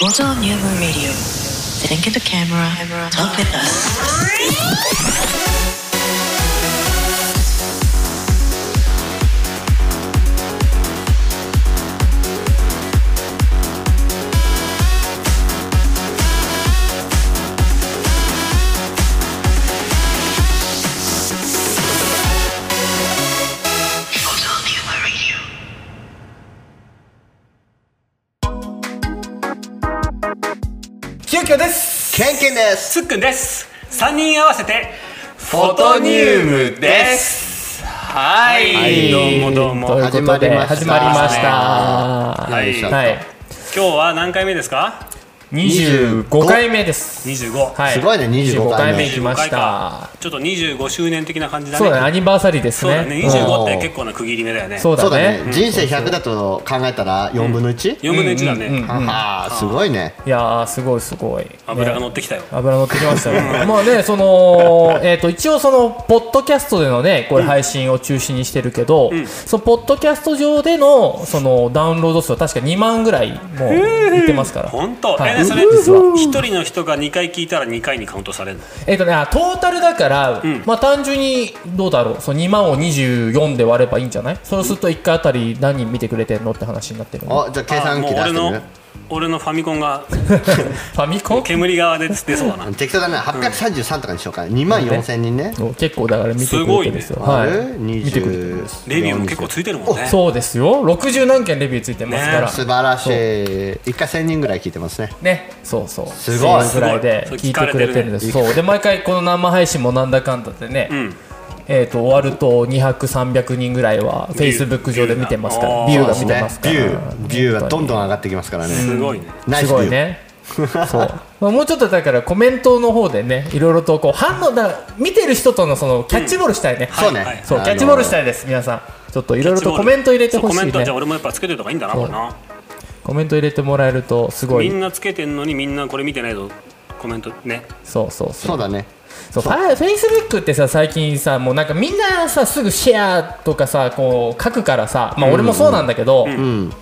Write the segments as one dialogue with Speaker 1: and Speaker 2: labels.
Speaker 1: Gozo Nuevo Radio. Didn't get the camera. Talk with us.
Speaker 2: きよきよです
Speaker 3: ケンケンです
Speaker 4: すっくんです3人合わせてフ
Speaker 2: ォトニウムです
Speaker 4: はい、
Speaker 2: はい
Speaker 4: どうもどうも
Speaker 2: とい
Speaker 4: 今
Speaker 2: うことで
Speaker 3: 始
Speaker 2: 始
Speaker 3: ま
Speaker 2: ま
Speaker 3: り
Speaker 2: り
Speaker 3: ま
Speaker 2: ま
Speaker 3: し
Speaker 2: したた
Speaker 4: はい
Speaker 3: よいしょ
Speaker 2: はい
Speaker 4: 日は何回目ですか
Speaker 2: 25回目です
Speaker 4: 25、
Speaker 2: は
Speaker 3: すごいね25回目
Speaker 2: 25来まし
Speaker 4: 25か
Speaker 2: た
Speaker 4: ちょっと25周年的な感じだね
Speaker 2: そうだねアニバーサリーです
Speaker 4: そうだね
Speaker 2: ね
Speaker 4: 25って結構な区切り目だよね
Speaker 2: そう
Speaker 3: そう
Speaker 2: だ
Speaker 3: だね
Speaker 2: ね
Speaker 3: 人生100だと考えたら4分の 1?
Speaker 4: 4分の1だね、
Speaker 2: うんうんうん
Speaker 3: ああすごいね
Speaker 2: いやーすごいすごいね
Speaker 4: 油が乗ってきたよ、
Speaker 2: 油乗ってきましたね。まあね、その、えっ、と、一応その、ポッドキャストでのね、これ配信を中心にしてるけど、その、ポッドキャスト上での、その、ダウンロード数は確か2万ぐらい、もう、いってますから。
Speaker 4: 本当、
Speaker 2: はい
Speaker 4: えねそれ
Speaker 2: 実は
Speaker 4: 一人の人が2回聞いたら2回にカウントされるの
Speaker 2: えっ、とね、あトータルだから、まあ単純に、どうだろう、その2万を24で割ればいいんじゃないそうすると1回あたり何人見てくれてんのって話になってるんで
Speaker 3: おじゃあ計算機出
Speaker 4: あ
Speaker 3: して
Speaker 4: もう
Speaker 3: みる
Speaker 4: 俺の俺のファミコンが
Speaker 2: ファミコン
Speaker 4: 煙側で出そうだな
Speaker 3: 適当だね833とかにしようか2万4000人ね
Speaker 2: 結構だから見てくれてるんですよ。
Speaker 3: あれ
Speaker 2: はい。見てくれてるん
Speaker 3: 20
Speaker 2: です。
Speaker 4: レビューも結構ついてるもんね
Speaker 2: そうですよ。60何件レビューついてますから。
Speaker 4: ね
Speaker 3: 素晴らしい1回1000人ぐらい聞いてますね
Speaker 2: ね、そうそう
Speaker 3: すごい
Speaker 2: それぐらいで聞いてくれてるんです
Speaker 3: すごい
Speaker 2: そうで毎回この生配信もなんだかんだでね、
Speaker 4: ん
Speaker 2: えー、と終わると200300人ぐらいはフェイスブック上で見てますからビ
Speaker 4: ビ
Speaker 2: ュー
Speaker 4: ュー
Speaker 2: が
Speaker 4: が
Speaker 2: 見てますか
Speaker 3: ビ
Speaker 2: ら
Speaker 3: ュービューはどんどん上がってきますからね
Speaker 4: すごいね
Speaker 3: ナイ
Speaker 2: す
Speaker 3: スビ
Speaker 2: ごい
Speaker 3: ュー
Speaker 2: ねそうまあもうちょっとだからコメントの方でねいろいろとこう反応だから見てる人とのそのキャッチボールしたいね、
Speaker 3: そう
Speaker 4: はい
Speaker 3: ね
Speaker 4: はい
Speaker 2: そうキャッチボールした
Speaker 3: い
Speaker 2: いです皆さんちょっといろいろとコメント入れてほし
Speaker 4: そうコメ
Speaker 2: い
Speaker 4: ントは
Speaker 2: ね
Speaker 4: じゃあ俺もやっぱつけてた方がいいんだな
Speaker 2: そう
Speaker 4: これな
Speaker 2: コメント入れてもらえるとすご
Speaker 4: み
Speaker 2: い
Speaker 4: んなつけてんのにみんなこれ見てないとコメントね
Speaker 2: そうそうそう
Speaker 3: そうだね
Speaker 2: そうファフェイスブックってさ最近さもうなんかみんなさすぐシェアとかさこう書くからさまあ俺もそうなんだけど、
Speaker 3: うん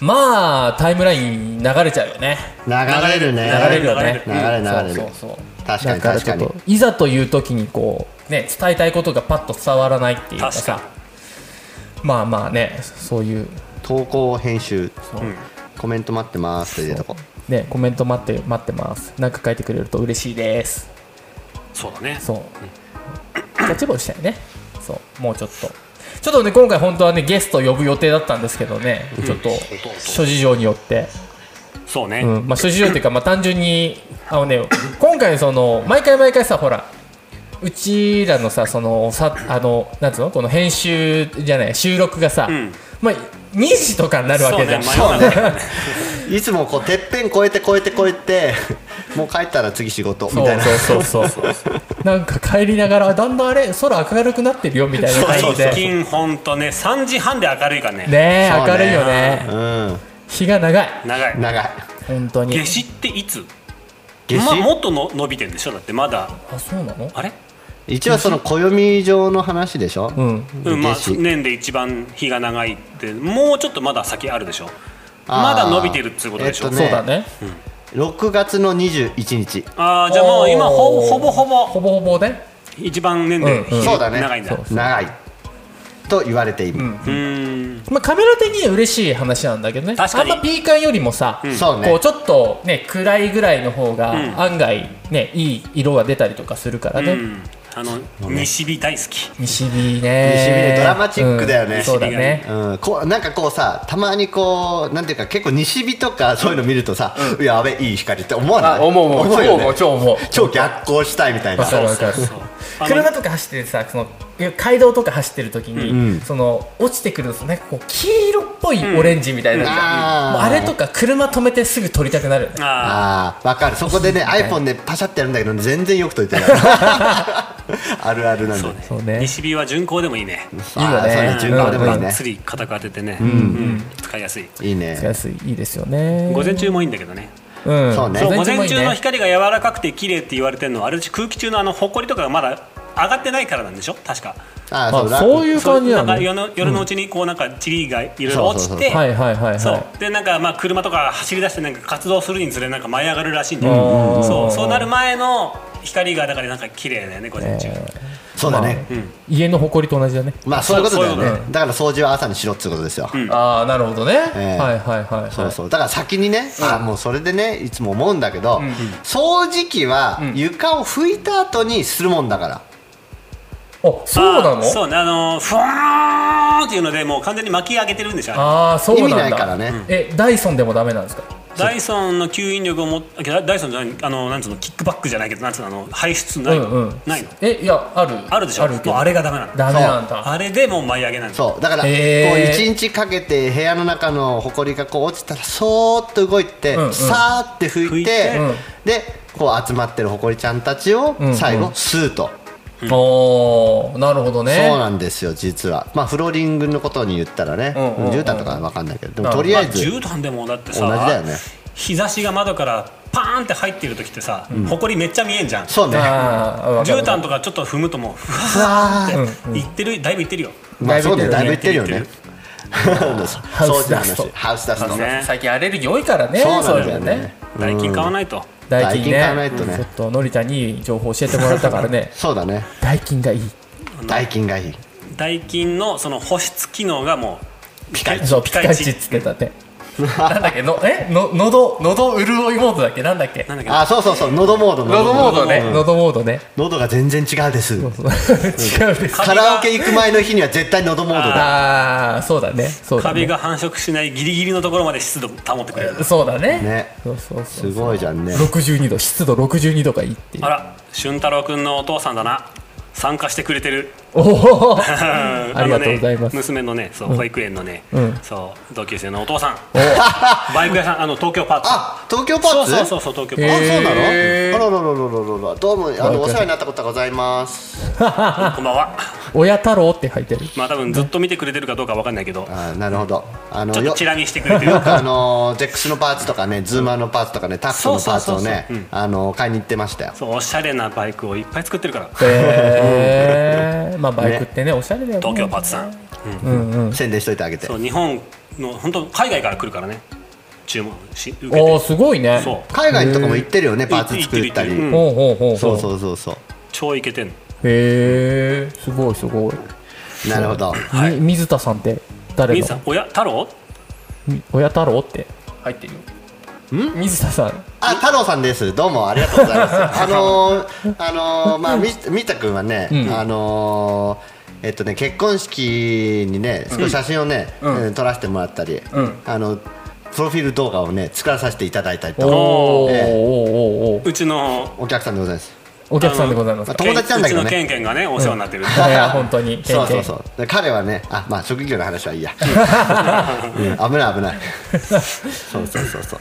Speaker 2: まあタイムライン流れちゃうよね
Speaker 3: 流れるね
Speaker 2: 流れるよね
Speaker 3: 流れる流れ
Speaker 2: そう
Speaker 3: る
Speaker 2: そうそう
Speaker 3: 確か
Speaker 2: だ
Speaker 3: に
Speaker 2: からちょっ
Speaker 3: 確
Speaker 2: といざという時にこうね伝えたいことがパッと伝わらないっていうかさ
Speaker 4: 確か
Speaker 2: まあまあねそういう
Speaker 3: 投稿編集コメント待ってますって入れとこ
Speaker 2: ねコメント待って待ってますなんか書いてくれると嬉しいです
Speaker 4: そうだね
Speaker 2: そうキャッチボールしたいねそうもうちょっとちょっとね今回本当はねゲストを呼ぶ予定だったんですけどね、ちょっと諸事情によって、
Speaker 4: そうね、
Speaker 2: うんまあ、諸事情っていうか、まあ、単純にあのね今回その毎回毎回さほらうちらのさそのさあのなんつうのこの編集じゃない収録がさ、
Speaker 4: ん
Speaker 2: まあ、2時とかになるわ
Speaker 4: そ
Speaker 2: け
Speaker 4: うね
Speaker 2: じゃん、
Speaker 4: 真夜中だよね
Speaker 3: ういつもこうてっぺん越えて越えて越えてもう帰ったら次仕事みたいな
Speaker 2: そうそうそうそうなんか帰りながらだんだんあれ空明るくなってるよみたいな感
Speaker 4: 最
Speaker 2: じで
Speaker 4: 近ほんとね3時半で明るいから
Speaker 2: ね
Speaker 4: ね
Speaker 3: そう
Speaker 2: え
Speaker 3: ね
Speaker 2: 明るいよね
Speaker 3: う
Speaker 2: 日が長い
Speaker 4: 長
Speaker 3: ん
Speaker 4: い
Speaker 3: 長い
Speaker 2: 本当に
Speaker 4: 夏至っていつ
Speaker 3: 夏
Speaker 4: ま、
Speaker 3: 至
Speaker 4: もっとの伸びてんでしょだってまだ
Speaker 2: あそうなの
Speaker 4: あれ
Speaker 3: 一応その暦上の話でしょ、
Speaker 2: うん
Speaker 4: うんまあ
Speaker 3: 夏至
Speaker 4: 年で一番日が長いってもうちょっとまだ先あるでしょ
Speaker 3: あー
Speaker 4: まだ伸びてるっつうことでしょ、
Speaker 3: えっとね
Speaker 2: そうだね
Speaker 3: 6月の21日
Speaker 4: ああじゃあもう今ほほぼほぼ
Speaker 2: ほぼほぼね
Speaker 4: 一番年で
Speaker 2: うん
Speaker 4: 日
Speaker 3: そうだね
Speaker 4: 長いんだ
Speaker 2: そう
Speaker 3: 長いと言われている、
Speaker 4: うーん
Speaker 2: まあカメラ的には嬉しい話なんだけどね
Speaker 4: 確かに
Speaker 2: あんまピーカンよりもさ、
Speaker 3: そうね
Speaker 2: こうちょっとね暗いぐらいの方
Speaker 4: うん
Speaker 2: が案外ねいい色が出たりとかするから
Speaker 4: う
Speaker 2: ね
Speaker 4: んあの西日大好き
Speaker 2: 西日ね
Speaker 3: 西日ねドラマチックだよね
Speaker 2: うんそうだね
Speaker 3: うん、こうなんかこうさたまにこうなんていうか結構西日とかそういうの見るとさ、いやべいい光って思わない
Speaker 2: あ思う思う超
Speaker 3: よね
Speaker 2: 思う超思う
Speaker 3: 超逆行したいみたいな
Speaker 2: わかるわかる
Speaker 4: そうそうあの
Speaker 2: 車とか走ってさその街道とか走ってる時に、
Speaker 3: うん
Speaker 2: その落ちてくるとなんかこう黄色っぽいオレンジみたいなのが、
Speaker 3: うん
Speaker 2: もうあれとか車止めてすぐ撮りたくなるよね
Speaker 4: あ
Speaker 3: あーわかるそこでね iPhone でパシャってやるんだけど全然よくといてないあるあるなんだ
Speaker 4: あそう
Speaker 3: よ
Speaker 4: ね
Speaker 2: そうね
Speaker 4: 西日は巡航でもいいね
Speaker 3: あ
Speaker 2: い
Speaker 3: ー
Speaker 2: いよね
Speaker 3: そうね順番でもいい
Speaker 4: が
Speaker 3: ね
Speaker 4: っつり固く当ててね、うん使いやすい
Speaker 3: いいね
Speaker 2: 安いいいですよね
Speaker 4: 午前中もいいんだけどね
Speaker 2: うん
Speaker 3: そうね
Speaker 4: そう午
Speaker 2: もい
Speaker 4: 前
Speaker 2: い
Speaker 4: 中の光が柔らかくて綺麗って言われてるのはあれだし空気中のあの埃とかがまだ上がってないからなんでしょ確か
Speaker 3: あ
Speaker 2: あそういう感じ
Speaker 4: な
Speaker 2: なんの
Speaker 4: か
Speaker 2: はい
Speaker 4: 夜の夜のうちにこうなんかチリがいろいろ落ちて
Speaker 2: はいはいはい
Speaker 4: そうでなんかまあ車とか走り出してなんか活動するにつれなんか舞い上がるらしいんで
Speaker 2: うん
Speaker 4: そうそうなる前の光がだからなんか綺麗だよね午前中、
Speaker 3: そうだね、
Speaker 2: 家の埃と同じだね
Speaker 3: まあそういうことだよ
Speaker 4: そうそういう
Speaker 3: ねだから掃除は朝にしろっつうことですよ、
Speaker 2: ああなるほどね、
Speaker 3: ええ
Speaker 2: はいはいはいはい
Speaker 3: そうそうだから先にね、あもうそれでねいつも思うんだけど、掃除機は床を拭いた後にするもんだから、
Speaker 2: あそうな
Speaker 4: あ
Speaker 2: の
Speaker 4: そうねあのふわーんっていうのでもう完全に巻き上げてるんでしょあれ
Speaker 2: ああそうなんだ
Speaker 3: 意味ないからねうん
Speaker 2: えダイソンでもダメなんですか
Speaker 4: ダイソンの吸引力をもあダイソンじゃないあのなんつうのキックバックじゃないけどなんつうのあの排出ない,、
Speaker 2: うんうん
Speaker 4: ないの
Speaker 2: えいやある
Speaker 4: あるでしょ
Speaker 2: あるけ
Speaker 4: も
Speaker 2: ど
Speaker 4: うあれがダメなの
Speaker 2: ダメなんだ
Speaker 4: あれでもう舞い上げなんです
Speaker 3: そうだから、
Speaker 2: へー
Speaker 3: こう一日かけて部屋の中の埃がこう落ちたらそーっと動いて、
Speaker 2: うんうん
Speaker 3: さーって拭いて
Speaker 4: 拭いて
Speaker 2: うん
Speaker 3: でこう集まってる埃ちゃんたちを
Speaker 2: んうん
Speaker 3: 最後吸うと、
Speaker 2: おーなるほどね
Speaker 3: そうなんですよ実はまあフローリングのことに言ったらね、
Speaker 2: うんうんうん
Speaker 3: 絨毯とかは分かんないけどで
Speaker 2: う
Speaker 3: も
Speaker 2: ん
Speaker 3: とりあえず、
Speaker 4: まあ、絨毯でもだってさ
Speaker 3: 同じだよね
Speaker 4: 日差しが窓からパーンって入ってる時ってさ、埃めっちゃ見えんじゃん
Speaker 3: そうね
Speaker 2: ああわかる
Speaker 4: 絨毯とかちょっと踏むともうふ
Speaker 3: う
Speaker 4: わ
Speaker 3: わー
Speaker 4: ーっていってるだいぶいってるよ
Speaker 3: まあそうね
Speaker 2: だ
Speaker 3: だ
Speaker 2: い
Speaker 3: い
Speaker 2: ぶ
Speaker 3: ぶ
Speaker 2: い
Speaker 3: いっ
Speaker 4: っ
Speaker 3: てて
Speaker 4: る
Speaker 3: る
Speaker 4: よ
Speaker 3: よ
Speaker 4: ね
Speaker 3: ね
Speaker 2: ハウスダスト
Speaker 3: 掃除の話ハウスダスト
Speaker 4: そうね
Speaker 2: 最近アレルギー多いからね
Speaker 3: そうなんだよね
Speaker 2: いの
Speaker 4: 代金買わないと、
Speaker 2: ダイキンね
Speaker 3: ダイキン買わないとね
Speaker 2: ちょっとのりちゃんにいい情報教えてもらったから ね
Speaker 3: そうだね
Speaker 2: ダイキンが いい
Speaker 3: ダイキンがいい
Speaker 4: ダイキンのその保湿機能がもうピカイチ
Speaker 2: そうピカイチっつってた ってなんだっけのえの喉喉潤いモードだっけなんだっけ
Speaker 4: なんだっけ
Speaker 3: あそうそうそう喉モード
Speaker 2: 喉モードね
Speaker 3: うん
Speaker 2: 喉モードね
Speaker 3: 喉が全然違うです
Speaker 2: 違うです
Speaker 3: カラオケ行く前の日には絶対喉モードだ
Speaker 2: ああそうだねそうだ
Speaker 4: カビ
Speaker 2: ね
Speaker 4: が繁殖しないギリギリのところまで湿度保ってくれる
Speaker 2: そうだね
Speaker 3: ね
Speaker 2: そうそうそ
Speaker 3: す
Speaker 2: う
Speaker 3: ごいじゃんね
Speaker 2: 62度湿度62度がいいっていう
Speaker 4: あら俊太郎くんのお父さんだな参加してくれてる
Speaker 2: おお
Speaker 4: あ
Speaker 2: ありがとうございます
Speaker 4: のね、娘のねそう保育園のね、
Speaker 2: うん
Speaker 4: そう同級生のお父さん バイク屋さんあの東京パーツ
Speaker 3: あ東京パ
Speaker 4: そ
Speaker 3: ー
Speaker 4: う
Speaker 3: ツ
Speaker 4: そうそうそう東京パ
Speaker 3: あ
Speaker 4: ー
Speaker 3: そうなのあ
Speaker 2: へー
Speaker 3: らららららららどうもあのお世話になったことがございます
Speaker 4: ツこんばんは
Speaker 2: 親太郎って入ってる
Speaker 4: まあ多分ずっと見てくれてるかどうかわかんないけど
Speaker 3: あなるほどあの
Speaker 4: ちょっ
Speaker 3: よ
Speaker 4: とチラ見してくれてる
Speaker 3: よくあのゼックスのパーツとかねズーマーのパーツとかねタップのパーツを
Speaker 4: そうそうそうそうう
Speaker 3: ね
Speaker 4: ん
Speaker 3: あの買いに行ってましたよ
Speaker 4: そうおしゃれなバイクをいっぱい作ってるから
Speaker 2: へえ まあバイクってねおしゃれだよね
Speaker 4: 東京パーツさ
Speaker 2: う
Speaker 4: ん、
Speaker 2: んうん
Speaker 3: 宣伝しといてあげて
Speaker 4: そう日本の本当海外から来るからね注文し受け
Speaker 2: おお
Speaker 4: て
Speaker 2: すごいね
Speaker 4: そう
Speaker 3: 海外とかも行ってるよねパーツ
Speaker 4: 行って
Speaker 3: 作
Speaker 4: る
Speaker 3: ったり
Speaker 4: 行ってるうん
Speaker 2: ほうほうほうほう
Speaker 3: そうそうそうそう
Speaker 4: 超イケてんの
Speaker 2: へえすごいすごい、
Speaker 3: なるほど
Speaker 4: はい
Speaker 2: み水田さんって誰
Speaker 4: み
Speaker 2: の
Speaker 4: ーさんおや太郎
Speaker 2: み親太郎って入ってるよ水田さん
Speaker 3: あ太郎さんですどうもありがとうご ざいますあのー、あのー、まあみみたくんはね、あのーえっとね、結婚式にね少し写真をね、
Speaker 2: ん
Speaker 3: えー撮らせてもらったり、
Speaker 2: ん
Speaker 3: あのプロフィール動画をね作らさせていただいたり
Speaker 2: おー
Speaker 3: とか
Speaker 2: おーお
Speaker 3: ええ
Speaker 2: ーおー
Speaker 4: うちの
Speaker 3: お客さんでございます
Speaker 2: お客さんでございます
Speaker 3: あ友達なんだけどね
Speaker 4: うちのケンケンがねお世話になってる、
Speaker 2: いや本当に
Speaker 3: そうそうそううで彼はねあまあ職業の 話はいいや、うん危ない危ないそうそうそうそう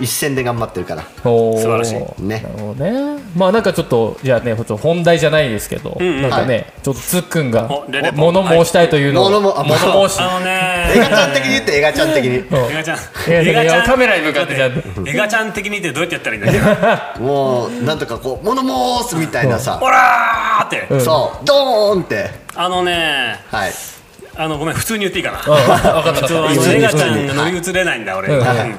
Speaker 3: 一戦で頑張ってるから
Speaker 2: 素
Speaker 4: 素晴らしい
Speaker 3: ね
Speaker 2: なるほどねまあなんかちょっとじゃあねちょっと本題じゃないですけど、
Speaker 4: んうん
Speaker 2: なんかね、ちょっとつっくんが
Speaker 4: おレレポ
Speaker 2: 物申したいというのを
Speaker 3: はい物もあ
Speaker 2: 物申し
Speaker 4: あの
Speaker 3: 映画ちゃん
Speaker 4: ね
Speaker 3: 的に言って映画ちゃん的に
Speaker 4: エガち
Speaker 2: エガちゃ
Speaker 4: ゃん
Speaker 2: ん
Speaker 4: エガ
Speaker 2: いやカメラに向かってじゃん
Speaker 4: エガちゃん的にってどうやってやったらいいんだっけ
Speaker 3: もうなんとかこう「物申す」みたいなさ
Speaker 4: ほらーって、
Speaker 2: ん
Speaker 3: そうドーンって
Speaker 4: あのね
Speaker 3: はい
Speaker 4: あのごめん普通に言っていいかな
Speaker 2: うんわかったわかった
Speaker 4: あ
Speaker 3: 普
Speaker 4: の
Speaker 3: 通に
Speaker 4: エガちゃんが乗り移れないんだ俺、
Speaker 2: うん
Speaker 4: うん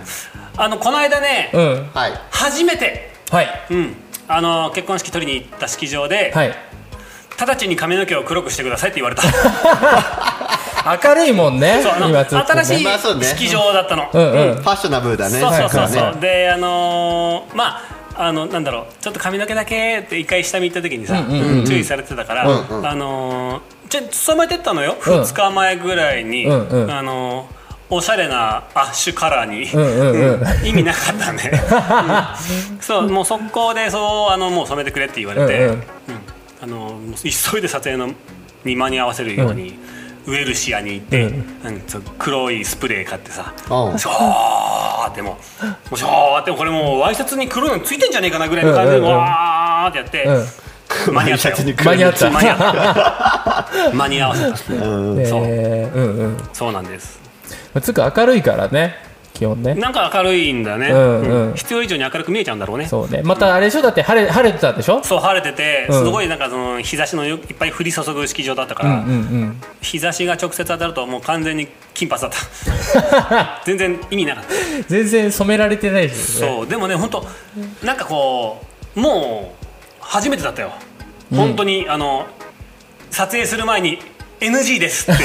Speaker 4: あのこの間ね、
Speaker 2: うん
Speaker 3: はい
Speaker 4: 初めて、
Speaker 2: はい
Speaker 4: うん、あの結婚式取りに行った式場で、
Speaker 2: はい
Speaker 4: 直ちに髪の毛を黒くしてくださいって 言われた
Speaker 2: 明るいもんね
Speaker 4: そうあの
Speaker 2: 今つっくん
Speaker 4: 新
Speaker 2: ね
Speaker 4: し
Speaker 3: まあそう
Speaker 4: い
Speaker 3: ね
Speaker 4: 式場だったの、
Speaker 2: うんうん、
Speaker 3: ファッショナブルだね
Speaker 4: そうそうそう
Speaker 3: だ
Speaker 4: そ
Speaker 3: か
Speaker 4: う、であのーまああのなんだろうちょっと髪の毛だけって一回下見行った時にさ、
Speaker 2: うんうん
Speaker 4: 注意されてたから、
Speaker 3: うんうん
Speaker 4: あのーちょ捕まえてったのよ、
Speaker 2: うん
Speaker 4: 2日前ぐらいに、
Speaker 2: うんうん
Speaker 4: あのーおしゃれなアッシュカラーに、
Speaker 2: んうんうん
Speaker 4: 意味なかっ たね、うんそうもう速攻でそうあのもう染めてくれって言われて、
Speaker 2: うんうん
Speaker 4: うんあのもう急いで撮影のに間に合わせるように、ウェルシアに行って、うんそう黒いスプレー買ってさ、
Speaker 3: うん
Speaker 4: しょーってもうもうしょーってこれもうワイシャツに黒いのついてんじゃねえかなぐらいの感じで
Speaker 2: うんうんうん
Speaker 4: わーってやって、
Speaker 3: ら
Speaker 4: 間に合った
Speaker 3: シャ
Speaker 4: よ
Speaker 3: ツに
Speaker 2: 間に合っ
Speaker 4: 間に合った た間に合わせた
Speaker 2: えーうんうん
Speaker 4: そうなんです
Speaker 2: つっくん明るいからね気気温ね
Speaker 4: なんか明るいんだよね、
Speaker 2: うんうん
Speaker 4: うん必要以上に明るく見えちゃうんだろうね
Speaker 2: そうねまたあれでしょだって晴れ晴れてたでしょ
Speaker 4: そう晴れてて、
Speaker 2: うん
Speaker 4: すごいなんかその日差しのよいっぱい降り注ぐ式場だったか
Speaker 2: う
Speaker 4: ら、
Speaker 2: んうん
Speaker 4: 日差しが直接当たるともう完全に金髪だった 全然意味なかった
Speaker 2: うん全然染められてないですよね
Speaker 4: そうでもね本当なんかこうもう初めてだったよ、本当にあの撮影する前に NG ですって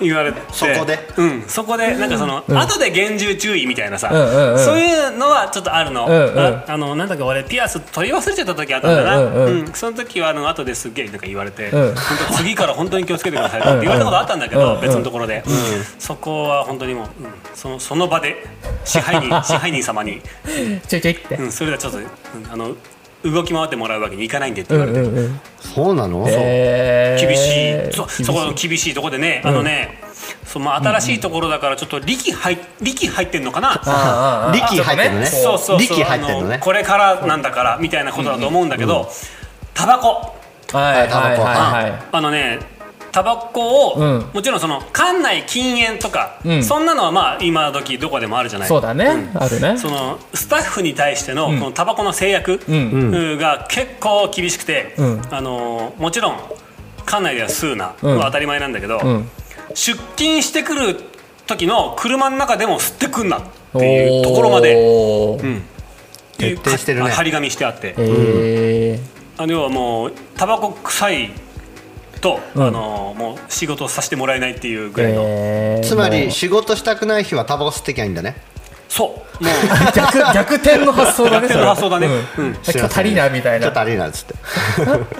Speaker 4: 言われて
Speaker 3: そこで
Speaker 4: うん、そこでなんかその、後で厳重注意みたいなさ、
Speaker 2: うんうんうん
Speaker 4: そういうのはちょっとあるの、
Speaker 2: うんうん
Speaker 4: ああのなんだか俺ピアス取り忘れちゃった時あったんだな、
Speaker 2: う
Speaker 4: うんん
Speaker 2: うんうん
Speaker 4: その時はあの後ですっげえなんか言われて、
Speaker 2: うん
Speaker 4: 本当次から本当に気をつけてくださいって言われたことあったんだけど、
Speaker 2: うん
Speaker 4: 別のところで、そこは本当にもう、うんそのその場で支配人 支配人様に、
Speaker 2: ちょいちょいって
Speaker 4: うん、それではちょっと、うんあの動き回ってもらうわけにいかないんでって
Speaker 2: う
Speaker 4: 言
Speaker 2: ん
Speaker 4: われて、
Speaker 2: うんうん
Speaker 3: そうなの、
Speaker 2: えー
Speaker 4: 厳しいそ
Speaker 2: 厳しい
Speaker 4: そこの厳しいところでね、あのねその新しいところだからちょっと力入っ力入ってんのかな、
Speaker 2: ああああ
Speaker 3: 力入ってるね
Speaker 4: そうそうそう
Speaker 3: 力入ってんのね
Speaker 4: あこれからなんだからみたいなことだと思うんだけど、タバコ
Speaker 2: はいはいはいはい
Speaker 4: あのねタバコを、
Speaker 2: うん
Speaker 4: もちろんその館内禁煙とか、
Speaker 2: うん
Speaker 4: そんなのはまあ今時どこでもあるじゃない
Speaker 2: そうだねあるね
Speaker 4: そのスタッフに対してのこのタバコの制約
Speaker 2: ん
Speaker 4: うんが結構厳しくて、
Speaker 2: うん
Speaker 4: あのーもちろん館内では吸うな
Speaker 2: うん
Speaker 4: は当たり前なんだけど、
Speaker 2: ん
Speaker 4: 出勤してくる時の車の中でも吸ってくんなっていうところまで
Speaker 2: おー
Speaker 4: っていう
Speaker 3: 徹底してるね
Speaker 4: 張り紙してあって、
Speaker 2: え
Speaker 4: あの要はもうタバコ臭いと、
Speaker 2: うん
Speaker 4: あのーもう仕事をさせてもらえないっていう
Speaker 2: ー
Speaker 4: ぐらいの、
Speaker 2: えー
Speaker 3: つま
Speaker 2: もう
Speaker 3: り仕事したくない日はタバコ吸ってきゃいいんだね
Speaker 4: そうもう
Speaker 2: 逆逆転の発想だね
Speaker 4: 逆転の発想だね
Speaker 2: うん
Speaker 4: うん
Speaker 2: 今日足りなみたい
Speaker 3: ちょっと
Speaker 2: な
Speaker 3: 足りないっつって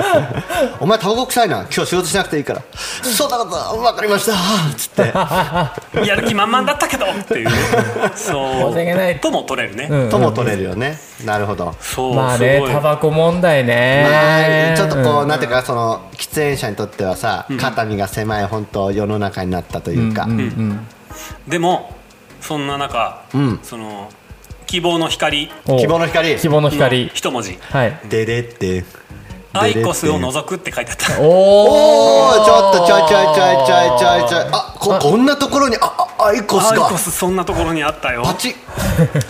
Speaker 3: お前タバコ臭いな今日仕事しなくていいからそうだこと分かりましたっつって
Speaker 4: やる気満々だったけどって いうそ
Speaker 2: 申し訳ないう
Speaker 4: とも取れるね、
Speaker 2: うん
Speaker 3: とも取れるよね、なるほど
Speaker 4: そう、
Speaker 2: まあね
Speaker 4: すごい
Speaker 2: タバコ問題
Speaker 3: ま
Speaker 2: ね
Speaker 3: あちょっとこう、
Speaker 2: うん
Speaker 3: なんていうかその喫煙者にとってはさ、肩身が狭い本当世の中になったというか、
Speaker 2: うんうん
Speaker 4: でもそんな中、
Speaker 3: ん
Speaker 4: その希望の光
Speaker 2: お
Speaker 3: 希望の光
Speaker 2: 希望の
Speaker 4: の
Speaker 2: 光
Speaker 4: 一文字
Speaker 2: はい
Speaker 3: ででって
Speaker 4: 「アイコスを除く」って書いてあった
Speaker 2: お
Speaker 3: お
Speaker 2: お
Speaker 3: おちょっとちょいちょいちょいちょいちょいちょいあここんなところにああアイコス
Speaker 4: アイ
Speaker 3: が
Speaker 4: コスそんなところにあったよ
Speaker 3: パチッ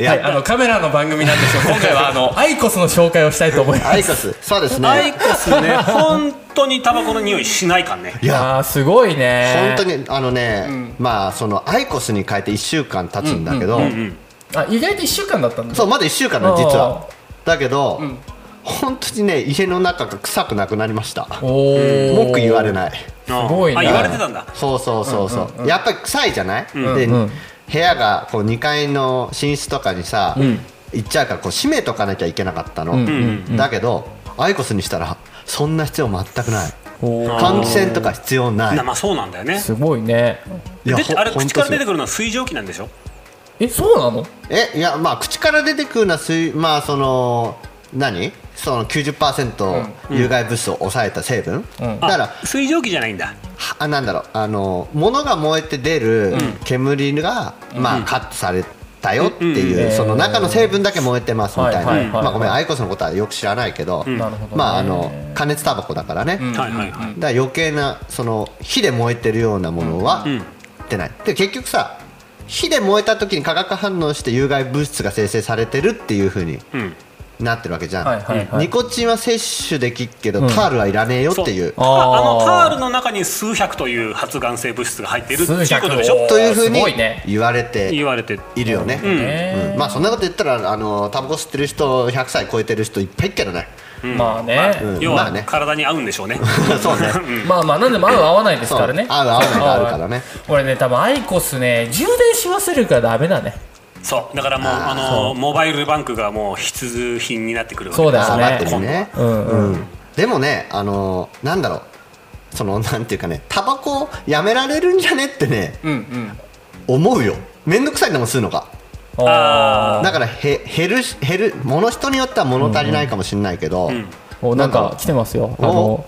Speaker 3: いや、
Speaker 2: はい、あのカメラの番組なん ですよ今回はあのアイコスの紹介をしたいと思います
Speaker 3: アイコスそうです
Speaker 4: ア
Speaker 3: ね
Speaker 4: イコスね本当にタバコの匂いしないかんね
Speaker 3: いや
Speaker 2: あーすごいね
Speaker 3: 本当にあのね、まあそのアイコスに変えて1週間経つんだけど、
Speaker 2: あ意外と1週間だったんだ
Speaker 3: そうまだ1週間だ実は
Speaker 2: あ
Speaker 3: だけど、本当にね家の中が臭くなくなりました
Speaker 2: おー
Speaker 3: 文句言われない
Speaker 4: す
Speaker 2: ごいね
Speaker 4: あ言われてたんだ
Speaker 3: そうそうそうそう,、やっぱり臭いじゃない、で、部屋がこう2階の寝室とかにさ、行っちゃうからこう閉めとかなきゃいけなかったの、だけどアイコスにしたらそんな必要全くない
Speaker 2: おー
Speaker 3: 換気扇とか必要ない
Speaker 4: なまあそうなんだよね
Speaker 2: すごいね
Speaker 3: いや
Speaker 4: であれ
Speaker 3: ほん
Speaker 4: 口から
Speaker 3: ほん
Speaker 4: 出
Speaker 3: と
Speaker 4: てくるのは水蒸気なんでしょ
Speaker 2: えそうなの
Speaker 3: えいやまあ口から出てくるのは水まあその何その90%有害物質を抑えた成分、
Speaker 2: ん
Speaker 3: だから
Speaker 4: あ水蒸気じゃないんだ
Speaker 3: あなんだろうあの物が燃えて出る煙が、まあカットされたよっていう、
Speaker 2: うん
Speaker 3: その中の成分だけ燃えてますみたいな、
Speaker 2: はいはいはい
Speaker 3: まあごめんアイコスのことはよく知らないけど、
Speaker 2: なるほどね
Speaker 3: まああの加熱タバコだからね、だ
Speaker 4: はいはいはい
Speaker 3: から余計なその火で燃えてるようなものは
Speaker 4: ん
Speaker 3: 出ないで結局さ火で燃えた時に化学反応して有害物質が生成されてるっていうふうに
Speaker 4: うん
Speaker 3: なってるわけじゃん、
Speaker 2: はいはいはい
Speaker 3: ニコチンは摂取できっけど、タールはいらねえよっていう
Speaker 4: ああのタールの中に数百という発がん性物質が入っているっていうことでしょ
Speaker 2: 数百
Speaker 3: というふう
Speaker 2: す
Speaker 3: に
Speaker 2: ごいね
Speaker 3: 言われて
Speaker 4: 言われて
Speaker 3: いるよね、
Speaker 2: ね
Speaker 3: うんまあそんなこと言ったらあのタバコ吸ってる人100歳超えてる人いっぱいいっけどね、
Speaker 2: まあね、
Speaker 3: うん
Speaker 4: 要
Speaker 3: ま
Speaker 4: は
Speaker 3: あね
Speaker 4: 体に合うんでしょうね
Speaker 3: そうね
Speaker 2: まあまあ何でも合う合わないですからね
Speaker 3: そう合う合わないがあるからね
Speaker 2: 俺ね多分アイコスね充電し忘れるからダメだね
Speaker 4: そうだからもうあのモバイルバンクがもう必需品になってくるわけ
Speaker 2: そうだ
Speaker 3: 下がってる
Speaker 4: 今度
Speaker 3: ね
Speaker 4: は、
Speaker 2: うんうん、
Speaker 3: うんでもねあのなんだろうそのなんていうかねタバコやめられるんじゃねってね、思うよめんどくさいのも吸うのか
Speaker 2: あ
Speaker 3: だからへ減るし減るもの人によっては物足りないかもしれないけど、
Speaker 2: おなんか来てますよあの
Speaker 3: お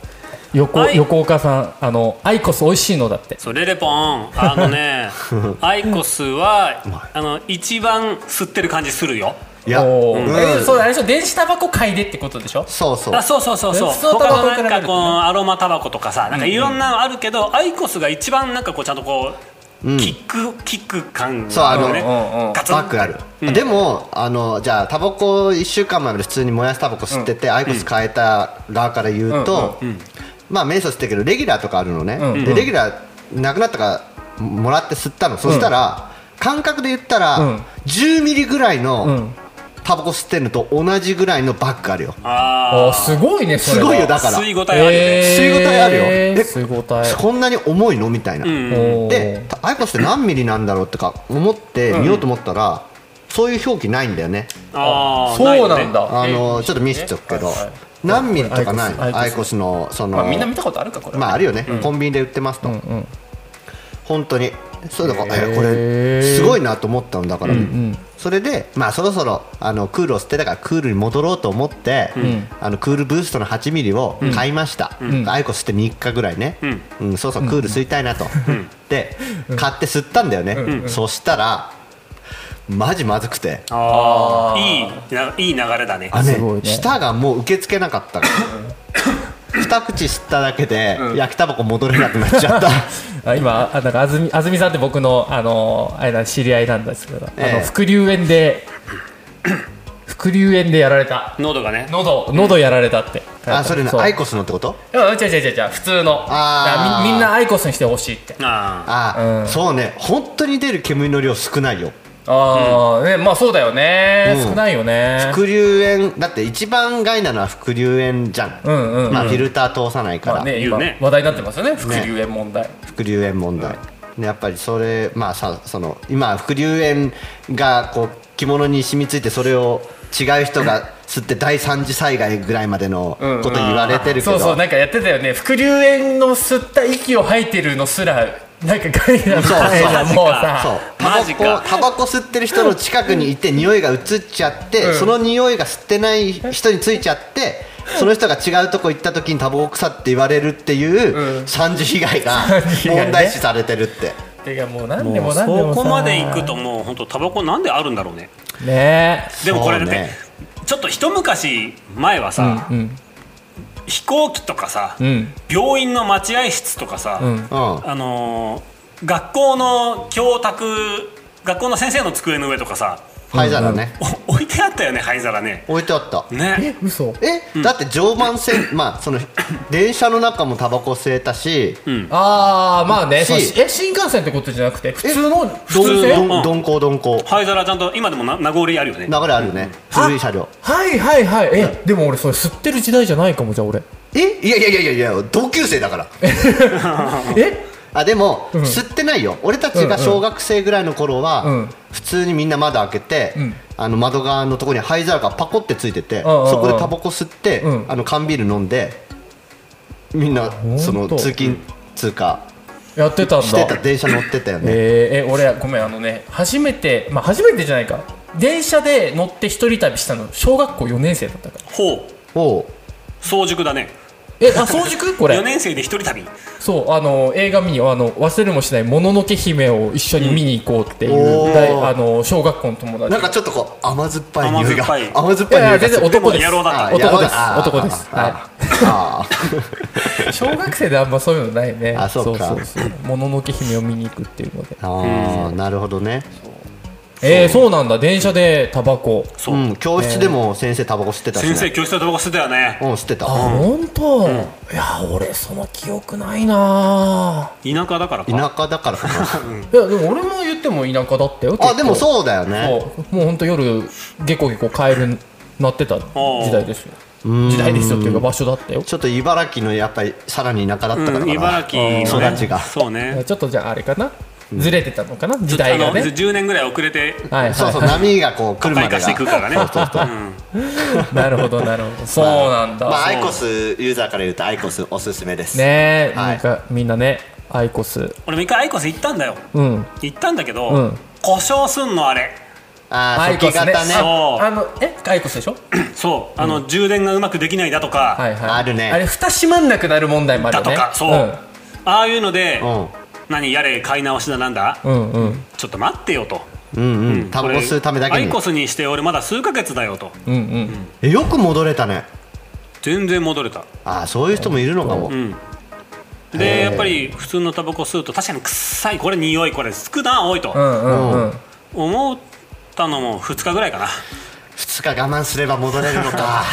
Speaker 2: 横
Speaker 4: はい
Speaker 2: 横岡さんあのアイコス美味しいのだって
Speaker 4: そうレレポンあの ねアイコスはあの一番吸ってる感じするよ
Speaker 3: いや、
Speaker 2: おー
Speaker 3: うん
Speaker 2: えそうあれでしょ電子タバコ嗅いでってことでしょ
Speaker 3: そうそう
Speaker 4: あそうそうそうそう
Speaker 2: 普通のタ
Speaker 4: 他
Speaker 2: バコ
Speaker 4: のなん
Speaker 2: 比べる
Speaker 4: か
Speaker 2: と
Speaker 4: こうアロマタバコとかさなんかいろんなのあるけど、アイコスが一番なんかこうちゃんとこうキックキック感
Speaker 3: そうあの
Speaker 4: ね
Speaker 2: うんうんうん
Speaker 4: ガツン
Speaker 3: バックある、でもあのじゃあタバコ1週間前まで普通に燃やすタバコ吸ってて、アイコス変えた側から言うと、まあ瞑想してるけどレギュラーとかあるのね、
Speaker 2: うん
Speaker 3: でレギュラーなくなったからもらって吸ったの、そしたら感覚で言ったら、
Speaker 2: うん
Speaker 3: 10ミリぐらいの、
Speaker 2: うん
Speaker 3: タバコ吸ってるのと同じぐらいのバッグあるよ
Speaker 2: あー
Speaker 4: あ
Speaker 2: すごいねそ
Speaker 3: す
Speaker 2: れは
Speaker 3: ごいよだから
Speaker 4: 水ごたえあるよね、
Speaker 3: 吸い応えあるよ
Speaker 2: えー
Speaker 3: え
Speaker 2: 吸い応え
Speaker 3: こんなに重いのみたいな、
Speaker 4: うん
Speaker 2: おー
Speaker 3: でアイコスって何ミリなんだろうとか思って見ようと思ったら、そういう表記ないんだよね
Speaker 4: あー
Speaker 2: そうなんだ
Speaker 3: あのちょっと見せちゃうけど、何ミリとかない
Speaker 2: アイコス
Speaker 3: アイコスのその、
Speaker 5: まあ、みんな見たことあるかこれ、
Speaker 3: まああるよね、コンビニで売ってますと、本当にそうだから、えこれすごいなと思ったんだから、それでまあそろそろあのクールを捨てたからクールに戻ろうと思って、あのクールブーストの8ミリを買いました、アイコスって3日ぐらいね、うんそうそうクール吸いたいなと、で買って吸ったんだよね、そしたらマジまずくて。
Speaker 4: あーいいないい流れだね
Speaker 3: あね
Speaker 2: すごいね
Speaker 3: 舌がもう受け付けな かったから二口吸っただけで焼きたばこ戻れなくなっちゃった
Speaker 2: あ今あなんか安住安住さんって僕のあのあれだ知り合いなんですけど、
Speaker 3: ええ
Speaker 2: あの副流炎で副流炎でやられた
Speaker 4: 喉がね
Speaker 2: 喉喉やられたって
Speaker 3: あそれ
Speaker 2: ね
Speaker 3: のアイコスのってこと
Speaker 2: うん違う違う違う違う普通の
Speaker 3: あー
Speaker 2: だからみみんなアイコスにしてほしいって
Speaker 4: あ
Speaker 3: あ、
Speaker 2: うん
Speaker 3: そうね本当に出る煙の量少ないよ
Speaker 2: ああ、ねまあそうだよね、
Speaker 3: う
Speaker 2: 少
Speaker 3: ん
Speaker 2: ないよね
Speaker 3: 伏流炎だって一番害なのは伏流炎じゃん、
Speaker 2: うんうん、
Speaker 3: まあ、フィルター通さないから、
Speaker 2: まあね
Speaker 4: 言
Speaker 2: 今
Speaker 4: うね
Speaker 2: 話題になってますよね副流炎問題、
Speaker 3: 伏流炎問題、ねやっぱりそれまあさその今伏流炎がこう着物に染みついてそれを違う人が吸って第三次災害ぐらいまでのこと言われてるけど、
Speaker 2: そうそうなんかやってたよね副流炎の吸った息を吐いてるのすらなんかガイナの
Speaker 3: そうそう
Speaker 2: ガイナもう
Speaker 3: そう
Speaker 2: さ
Speaker 3: タバ
Speaker 4: マジか
Speaker 3: コタバコ吸ってる人の近くにいて匂いが移っちゃって、その匂いが吸ってない人についちゃってその人が違うとこ行った時にタバコ臭って言われるっていう、三次被害が
Speaker 2: 三次被害ね
Speaker 3: 問題視されてるって、
Speaker 2: てかもう何で
Speaker 4: も
Speaker 2: も
Speaker 4: う
Speaker 2: 何
Speaker 4: そ
Speaker 2: でもさ
Speaker 4: こまで行くともう本当タバコなんであるんだろうね
Speaker 2: ね
Speaker 4: でもこれだって、
Speaker 3: そうね
Speaker 4: ちょっと一昔前はさ、
Speaker 2: えうん
Speaker 4: 飛行機とかさ、
Speaker 2: うん
Speaker 4: 病院の待合室とかさ、
Speaker 2: うん
Speaker 3: うん、
Speaker 4: あのー学校の教託学校の先生の机の上とかさ
Speaker 3: 灰皿ね、
Speaker 4: お置いてあったよね灰皿ね
Speaker 3: 置いてあった
Speaker 4: ね
Speaker 2: え嘘
Speaker 3: え、だって常磐線まあその電車の中もタバコ吸えたし、
Speaker 2: ああまあね
Speaker 3: し
Speaker 2: そうしえ新幹線ってことじゃなくて普
Speaker 3: え
Speaker 2: 通の普
Speaker 3: どん
Speaker 2: 通
Speaker 4: の
Speaker 3: ど
Speaker 2: 線
Speaker 3: んどんこうどんこう
Speaker 4: 灰皿ちゃんと今でもな名残あるよね
Speaker 3: 流れあるよね、古い車両
Speaker 2: はいはいはいえ、でも俺それ吸ってる時代じゃないかもじゃあ俺
Speaker 3: えいやいやいやいやいや同級生だから
Speaker 2: え
Speaker 3: あでも、吸ってないよ俺たちが小学生ぐらいの頃は、
Speaker 2: うん
Speaker 3: 普通にみんな窓開けて、
Speaker 2: ん
Speaker 3: あの窓側のところに灰皿がパコってついてて、
Speaker 2: うんうんうん
Speaker 3: そこでタバコ吸って、
Speaker 2: うん
Speaker 3: あの缶ビール飲んでみんな
Speaker 2: 当
Speaker 3: その通勤通過
Speaker 2: やってたんだ
Speaker 3: してた電車乗ってたよね、
Speaker 2: えー、え俺ごめんあのね初めてまあ初めてじゃないか電車で乗って一人旅したの小学校4年生だったから
Speaker 4: ほう
Speaker 3: おう
Speaker 4: 早熟だね
Speaker 2: えあ早 熟こ
Speaker 4: 4
Speaker 2: れ
Speaker 4: 年生で一人旅
Speaker 2: そうあの映画見にあの忘れもしない「もののけ姫」を一緒に見に行こうっていう、
Speaker 3: うんおー
Speaker 2: 大あの小学校の友達
Speaker 3: なんかちょっとこう甘酸っぱい匂いが
Speaker 4: 甘酸っぱい
Speaker 3: 甘酸っ
Speaker 2: いやい
Speaker 3: ぱ
Speaker 2: や
Speaker 3: い匂
Speaker 2: 全
Speaker 3: いが
Speaker 2: 然男です
Speaker 4: でも野郎だ
Speaker 3: あ
Speaker 2: 男
Speaker 3: やろう
Speaker 2: です
Speaker 3: だあ
Speaker 2: 男ですは
Speaker 3: あああ
Speaker 2: い小学生であんまそういうのないね
Speaker 3: あそうか
Speaker 2: そうそうもののけ姫を見に行くっていうので
Speaker 3: ああなるほどね
Speaker 2: えー、そうなんだ電車でタバコ
Speaker 4: そう、
Speaker 3: うん教室でも先生タバコ吸ってたし、ね、
Speaker 4: 先生教室でタバコ吸ってたよね
Speaker 3: うん吸ってた
Speaker 2: あ本当、いや俺その記憶ないな
Speaker 4: 田舎だからか
Speaker 3: 田舎だからかない
Speaker 2: やでも俺も言っても田舎だったよ
Speaker 3: あでも
Speaker 2: う
Speaker 3: そうだよね
Speaker 2: そうもうほんと夜ゲコゲコカエルなってた時代ですよ
Speaker 3: ん
Speaker 2: 時代ですよっていうか場所だったよ
Speaker 3: ちょっと茨城のやっぱりさらに田舎だったからかな、
Speaker 4: うん、茨城の、ね、
Speaker 3: 育ちが
Speaker 4: そうね
Speaker 2: ちょっとじゃああれかなずれてたのかな時代が
Speaker 4: ちょっ
Speaker 2: ね
Speaker 4: とあの10年ぐらい遅れて
Speaker 2: はい
Speaker 3: そうそう
Speaker 2: は
Speaker 3: 波がこう来るま
Speaker 4: 開
Speaker 3: で
Speaker 4: 花していく
Speaker 3: が
Speaker 4: からねうん
Speaker 2: いなるほどなる ほどそうなん
Speaker 3: まあ
Speaker 2: だ
Speaker 3: アイコスユーザーから言うとアイコスおすすめです
Speaker 2: ねえ
Speaker 3: は
Speaker 2: ないんかみんなねアイコス
Speaker 4: 俺も一回アイコス行ったんだよ
Speaker 2: うん
Speaker 4: 行ったんだけど、
Speaker 2: うん
Speaker 4: 故障すんのあれ
Speaker 3: あ
Speaker 2: ア
Speaker 3: あ
Speaker 2: イコ
Speaker 3: 初期
Speaker 2: スね
Speaker 3: 型ね
Speaker 4: そう
Speaker 2: ああのえアイコスでしょ
Speaker 4: そうあの、充電がうまくできないだとか、
Speaker 2: はいはい
Speaker 3: あるね
Speaker 2: あれ蓋閉まんなくなる問題もある
Speaker 4: だ
Speaker 2: よ
Speaker 4: と
Speaker 2: ね
Speaker 4: か、そう、ああいうので、
Speaker 3: うん
Speaker 4: 何やれ買い直しだなんだ、
Speaker 2: うんうんうん
Speaker 4: ちょっと待ってよと
Speaker 3: うんうんタバコ吸うためだ
Speaker 4: ア
Speaker 3: け
Speaker 4: イ
Speaker 3: に
Speaker 4: コスにして俺まだ数ヶ月だよと
Speaker 2: うんうん
Speaker 3: えよく戻れたね
Speaker 4: 全然戻れた
Speaker 3: ああそういう人もいるのかも、
Speaker 4: んでやっぱり普通のタバコ吸うと確かに臭いこれ匂いこれ少な多いと
Speaker 2: うんうんうん
Speaker 4: 思ったのも2日ぐらいかな
Speaker 3: 2日我慢すれば戻れるのか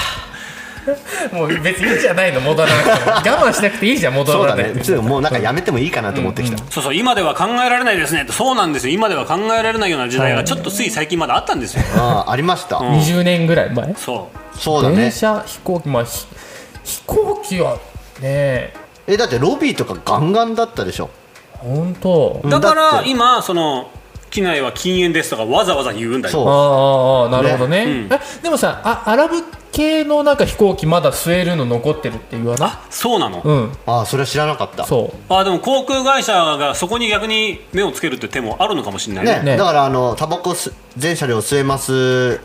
Speaker 2: もう別にいいじゃないの戻らなくても我慢しなくていいじゃん戻
Speaker 3: そう
Speaker 2: ら
Speaker 3: だ
Speaker 2: なく
Speaker 3: ね
Speaker 2: ても
Speaker 3: ちょっともうなんかやめてもいいかなと思ってきた、
Speaker 4: そうそう今では考えられないですねってそうなんですよ今では考えられないような時代
Speaker 2: は
Speaker 4: が
Speaker 2: い
Speaker 4: ちょっとつい最近まであったんですよ
Speaker 3: ああありました、
Speaker 4: ん
Speaker 2: 20年ぐらい前
Speaker 4: そう
Speaker 3: そうだ
Speaker 2: 電
Speaker 3: ね
Speaker 2: 車飛行機まあひ飛行機はね
Speaker 3: えだってロビーとかガンガンだったでしょ
Speaker 2: 本当
Speaker 3: うん
Speaker 4: だ
Speaker 3: だ
Speaker 4: か
Speaker 3: っ
Speaker 4: ら
Speaker 3: て
Speaker 4: 今その機内は禁煙ですとかわざわざ言うんだよ
Speaker 3: そう
Speaker 2: あーあーなるほどね
Speaker 4: ねうん
Speaker 2: えでもさあアラブ系のなんか飛行機まだ吸えるの残ってるって言わな
Speaker 4: そうなの、
Speaker 2: うん
Speaker 3: ああそれは知らなかった
Speaker 2: そ
Speaker 4: あでも航空会社がそこに逆に目をつけるって手もあるのかもしれないね
Speaker 3: ね
Speaker 2: ね
Speaker 3: だからあのタバコ吸全車両吸えます
Speaker 2: う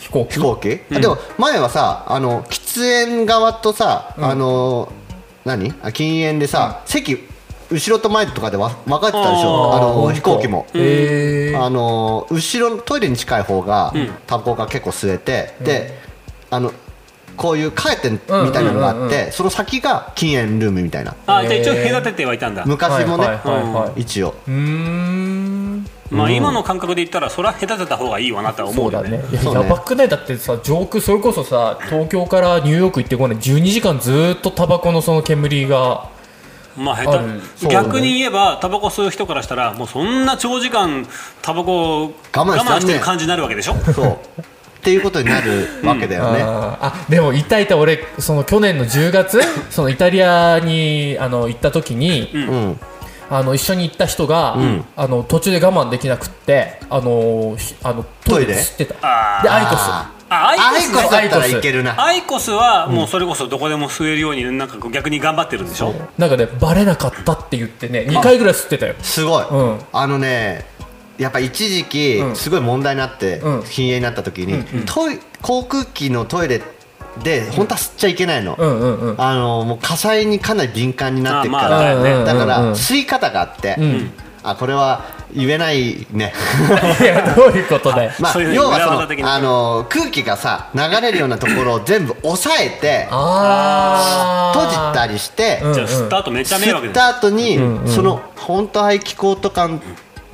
Speaker 2: 飛行機
Speaker 3: 飛行機、でも前はさあの喫煙側とさ、あの何あ禁煙でさ、席後ろと前とかでわ分かってたでしょ
Speaker 4: あ
Speaker 3: あ
Speaker 4: ー
Speaker 3: の飛行機も、
Speaker 2: へえ
Speaker 3: あの後ろのトイレに近い方が、タバコが結構吸えて、であのこういうカーテンみたいなのがあって、
Speaker 2: うんうんうん
Speaker 3: その先が禁煙ルームみたいな
Speaker 4: あじゃあ
Speaker 2: へ
Speaker 4: 一
Speaker 2: ー
Speaker 4: 応隔ててはいたんだ、
Speaker 3: 昔もね、
Speaker 2: はいはいはいはい
Speaker 3: 一応
Speaker 2: うーん
Speaker 4: まあ、今の感覚で言ったらそれは隔てた方がいいわなとは思
Speaker 2: そううだ
Speaker 4: よね
Speaker 2: ねいや
Speaker 3: そうね
Speaker 2: やばくないだってさ上空それこそさ東京からニューヨーク行ってこない12時間ずーっとタバコのその煙が
Speaker 4: まあ
Speaker 2: ある
Speaker 4: 下
Speaker 3: そ
Speaker 4: 手
Speaker 3: うだね
Speaker 4: 逆に言えばタバコ吸う人からしたらもうそんな長時間タバコを
Speaker 3: 我慢して
Speaker 4: 我慢してる感じになるわけでしょ
Speaker 3: そうっていうことになるわけだよね、
Speaker 2: あーあでもいたいた俺その去年の10月 そのイタリアにあの行った時に、
Speaker 3: うん、
Speaker 2: あの一緒に行った人が、あの途中で我慢できなくってあのひあのトイレ
Speaker 3: トイレ
Speaker 2: で吸ってた
Speaker 4: あー
Speaker 2: でアイコ
Speaker 3: あ
Speaker 2: ス
Speaker 3: ー
Speaker 4: あアイ
Speaker 3: ア
Speaker 4: コ
Speaker 3: イ
Speaker 4: ス
Speaker 3: コスだった
Speaker 2: ア
Speaker 3: ら
Speaker 2: イコス
Speaker 3: いけるな
Speaker 4: アイコスはもうそれこそどこでも吸えるようになんかこう逆に頑張ってるんでしょ、
Speaker 2: なんかねバレなかったって言ってね2回ぐらい吸ってたよ
Speaker 3: すごい、
Speaker 2: うん
Speaker 3: あのねやっぱ一時期
Speaker 2: うん
Speaker 3: すごい問題になって、
Speaker 2: うん
Speaker 3: 禁煙になった時に、トイ航空機のトイレで本当は吸っちゃいけないの、
Speaker 2: うんうんうん
Speaker 3: あのもう火災にかなり敏感になってるから、
Speaker 4: あまあだよ
Speaker 2: ね
Speaker 3: だか
Speaker 2: うんうんう
Speaker 3: ら
Speaker 2: ん
Speaker 3: 吸い方があって、
Speaker 2: ん
Speaker 3: あこれは言えない ね
Speaker 2: いやどういうことだよ
Speaker 3: まあ
Speaker 4: そういう
Speaker 3: 要は
Speaker 4: 裏技
Speaker 3: そ
Speaker 4: 的
Speaker 3: の
Speaker 4: な
Speaker 3: あの空気がさ流れるようなところを全部押さえて
Speaker 2: あ
Speaker 3: 閉
Speaker 2: ー
Speaker 3: じたりして、
Speaker 2: うん
Speaker 4: じゃあ吸った後めっちゃ迷
Speaker 3: 吸
Speaker 4: 惑
Speaker 3: っ
Speaker 4: だよ
Speaker 3: た後に、その本当排気口とか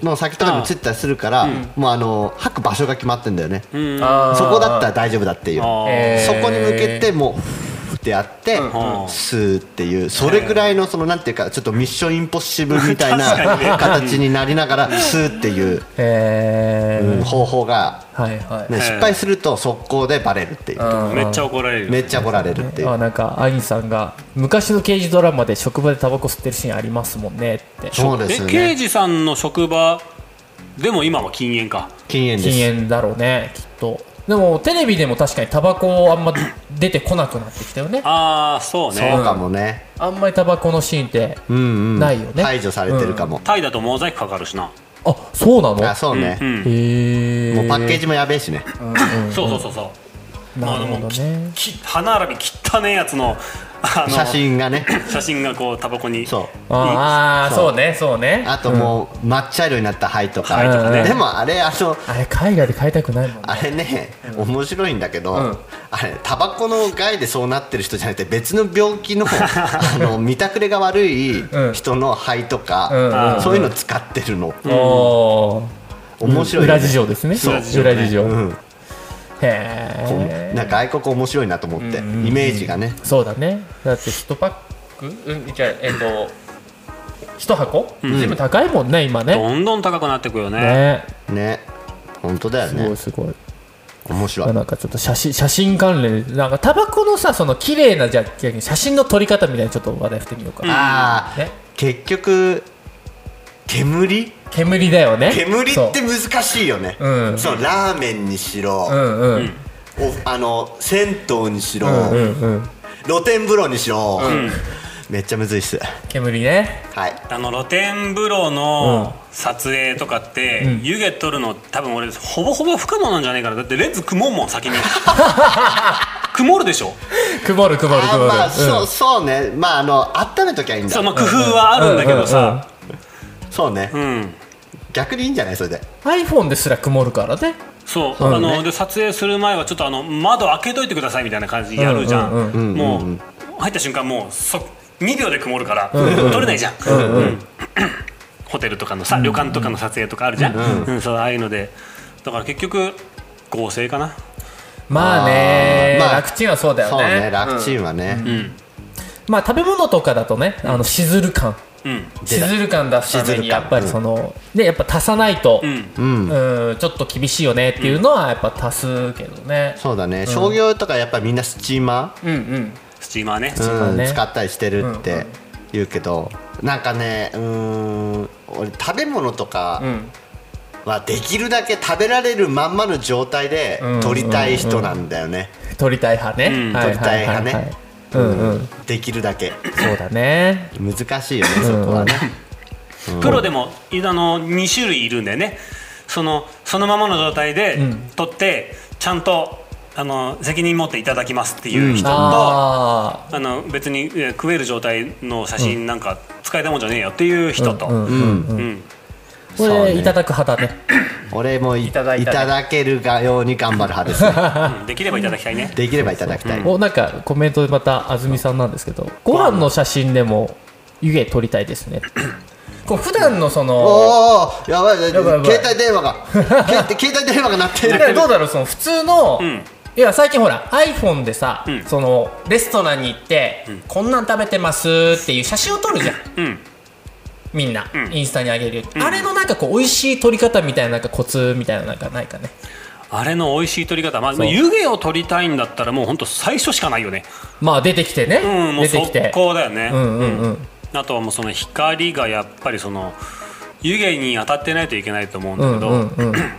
Speaker 3: の先とかについてたりするから、もうあの吐く場所が決まってんだよね、
Speaker 4: うんあ
Speaker 2: あー
Speaker 3: そこだったら大丈夫だっていう、
Speaker 4: ー
Speaker 2: えー
Speaker 3: そこに向けてもうふーってやって、
Speaker 4: ん
Speaker 3: 吸うっていうそれぐらいのそのなんていうかちょっとミッションインポッシブルみたい
Speaker 4: 確かにね
Speaker 3: な形になりながら吸うっていう、
Speaker 2: へ
Speaker 3: うん
Speaker 2: ー
Speaker 3: 方法が、
Speaker 2: はいはい
Speaker 3: ね、失敗すると速攻でバレるっていう、
Speaker 2: うん
Speaker 4: めっちゃ怒られるよ
Speaker 3: めっちゃ怒られるっていう、
Speaker 2: あなんかアインさんが昔の刑事ドラマで職場でタバコ吸ってるシーンありますもんねって
Speaker 3: そうです
Speaker 4: え
Speaker 3: よ
Speaker 4: 刑
Speaker 3: ね
Speaker 4: 事さんの職場でも今は禁煙か
Speaker 3: 禁煙です
Speaker 2: 禁煙だろうねきっとでもテレビでも確かにタバコあんま出てこなくなってきたよね
Speaker 4: ああそうね
Speaker 3: そうかもね、
Speaker 2: あんまりタバコのシーンって
Speaker 3: うんうん、
Speaker 2: ないよね
Speaker 3: 排除されてるかも、
Speaker 4: タイだとモザイクかかるしな、
Speaker 2: あそうなの
Speaker 3: あそうね、
Speaker 4: うん
Speaker 2: へえ
Speaker 3: もうパッケージもやべえしね、
Speaker 4: そうそうそうそう
Speaker 2: なるほどね
Speaker 4: き歯並び汚ねえやつのあの
Speaker 3: 写真がね
Speaker 4: 写真がこうタバコに
Speaker 3: そう
Speaker 2: ああーそうねそうね
Speaker 3: あともう抹茶色になった灰とか,、
Speaker 2: 灰とかね
Speaker 3: でもあれあの
Speaker 2: あれ海外で買いたくないもんね
Speaker 3: あれね、面白いんだけど、
Speaker 2: ん
Speaker 3: あれタバコの害でそうなってる人じゃなくて別の病気のあの見たくれが悪い
Speaker 2: うん
Speaker 3: 人の肺
Speaker 2: う
Speaker 3: と
Speaker 2: ん
Speaker 3: か、
Speaker 4: うん
Speaker 3: そういうの使ってるの、
Speaker 2: おー
Speaker 3: 面白い、ね、
Speaker 2: 裏事情ですね
Speaker 3: そう
Speaker 2: 裏事情ね
Speaker 3: うん
Speaker 2: へ
Speaker 3: こう
Speaker 2: え
Speaker 3: なんか外国面白いなと思って、イメージがね
Speaker 2: そうだねだって1パックうんじゃあえっと1箱全部高いもんね今ね
Speaker 4: どんどん高くなってくよね
Speaker 2: ね
Speaker 3: ね本当だよ
Speaker 2: すご
Speaker 3: ね
Speaker 2: いすごい
Speaker 3: 面白い
Speaker 2: なんかちょっと写真写真関連なんかタバコのさその綺麗なじゃあ写真の撮り方みたいなちょっと話題振ってみようか
Speaker 3: あー
Speaker 2: ね
Speaker 3: 結局煙
Speaker 2: 煙だよね
Speaker 3: 煙
Speaker 2: そ
Speaker 3: っ
Speaker 2: う
Speaker 3: て難しいよね、
Speaker 2: うん
Speaker 3: そうラーメンにしろ、
Speaker 2: うんうん
Speaker 3: おあの銭湯にしろ、
Speaker 2: うんうん
Speaker 3: 露天風呂にしろ、めっちゃむずいっす
Speaker 2: 煙ね
Speaker 3: はい
Speaker 4: あの露天風呂の撮影とかって、湯気取るの多分俺ほぼほぼ不可能なんじゃないかなだってレンズ曇るもん先に曇るでしょ
Speaker 2: 曇る曇る
Speaker 3: あ
Speaker 2: 曇る
Speaker 3: まあ、
Speaker 2: うん
Speaker 3: そうそうねまああの温めときゃいいんだ
Speaker 4: その工夫はあるんだけどさ
Speaker 3: そうね、
Speaker 4: うん
Speaker 3: 逆にいいんじゃないそれで
Speaker 2: iPhone ですら曇るからね
Speaker 4: そう、
Speaker 3: そうだ
Speaker 4: あ
Speaker 3: ね
Speaker 4: ので撮影する前はちょっとあの窓開けといてくださいみたいな感じやるじゃん,、
Speaker 2: うんうん
Speaker 3: うん
Speaker 4: もう入った瞬間もうそ2秒で曇るから
Speaker 2: んうん
Speaker 4: 撮れないじゃん、
Speaker 2: んうん
Speaker 4: うん ホテルとかのさ旅館とかの撮影とかあるじゃん、うんそうああいうのでだから結局合成かな
Speaker 2: まあね
Speaker 3: あーまあ
Speaker 2: 楽ちんはそうだよ
Speaker 3: そうね
Speaker 2: ね
Speaker 3: 楽チンはね、
Speaker 4: うん
Speaker 2: まあ食べ物とかだとねあのしずる感
Speaker 4: うん
Speaker 2: しずる感出すため
Speaker 3: しず
Speaker 2: に
Speaker 3: る感
Speaker 2: やっぱりそのねやっぱ足さないと
Speaker 4: うん
Speaker 3: うん
Speaker 2: うんちょっと厳しいよねっていうのはやっぱ足すけどね
Speaker 3: そうだね、商業とかやっぱりみんなスチーマ
Speaker 2: うんうん
Speaker 4: スチーマーね、
Speaker 3: ー、
Speaker 2: ー
Speaker 3: うん
Speaker 2: ね
Speaker 3: 使ったりしてるって言うけど、なんかねうーん俺食べ物とか
Speaker 2: うん
Speaker 3: はできるだけ食べられるまんまの状態で
Speaker 2: うん
Speaker 3: 取りたい人なんだよね、
Speaker 2: 取りたい派ね
Speaker 4: うん
Speaker 2: はいはいはい
Speaker 3: 取りたい派
Speaker 2: はい
Speaker 3: ね
Speaker 2: うんうん
Speaker 3: できるだけ
Speaker 2: そうだね
Speaker 3: 難しいよねそこはね、
Speaker 4: プロでもいあの2種類いるんだよねそのそのままの状態で
Speaker 2: うん
Speaker 4: 撮って、ちゃんとあの責任持っていただきますっていう人と、あ
Speaker 2: あ
Speaker 4: の別にえー食える状態の写真なんか使えたもんじゃねえよっていう人と、
Speaker 2: あうんう
Speaker 3: うんん
Speaker 4: うん
Speaker 2: こ
Speaker 3: そう
Speaker 2: れ
Speaker 3: ね
Speaker 2: いただく派だ ね
Speaker 3: 俺もい
Speaker 2: いただい
Speaker 3: い
Speaker 2: たね
Speaker 3: ただけるがように頑張る派です、 ね、
Speaker 4: うんできればいただきたいね
Speaker 3: できればいただきたい、
Speaker 2: おなんかコメントでまた安住さんなんですけどご飯の写真でも湯気撮りたいです ねこう普段のその
Speaker 3: おーおーやばいや
Speaker 2: やばいや
Speaker 3: ば
Speaker 2: ば
Speaker 3: い
Speaker 2: い
Speaker 3: 携帯電 話が携携帯電話が鳴って
Speaker 2: だ
Speaker 3: る
Speaker 2: からどうだろうその普通の、
Speaker 4: うん
Speaker 2: いや最近ほら iPhone でさ、
Speaker 4: うん
Speaker 2: そのレストランに行って、こんなん食べてますっていう写真を撮るじゃん
Speaker 4: うん
Speaker 2: みんな、
Speaker 4: ん
Speaker 2: インスタにあげる、あれのなんかこう美味しい撮り方みたいななんかコツみたいななんかないかね
Speaker 4: あれの美味しい撮り方、まあ、
Speaker 2: う
Speaker 4: 湯気を撮りたいんだったらもうほんと最初しかないよね
Speaker 2: まあ出てきてね、
Speaker 4: うんもう
Speaker 2: 出て
Speaker 4: 速
Speaker 2: きて
Speaker 4: 攻だよね
Speaker 2: うんうんうん、
Speaker 4: あとはもうその光がやっぱりその湯気に当たってないといけないと思うん
Speaker 2: う
Speaker 4: だ
Speaker 2: ん
Speaker 4: け
Speaker 2: う
Speaker 4: ど、
Speaker 2: んうんはい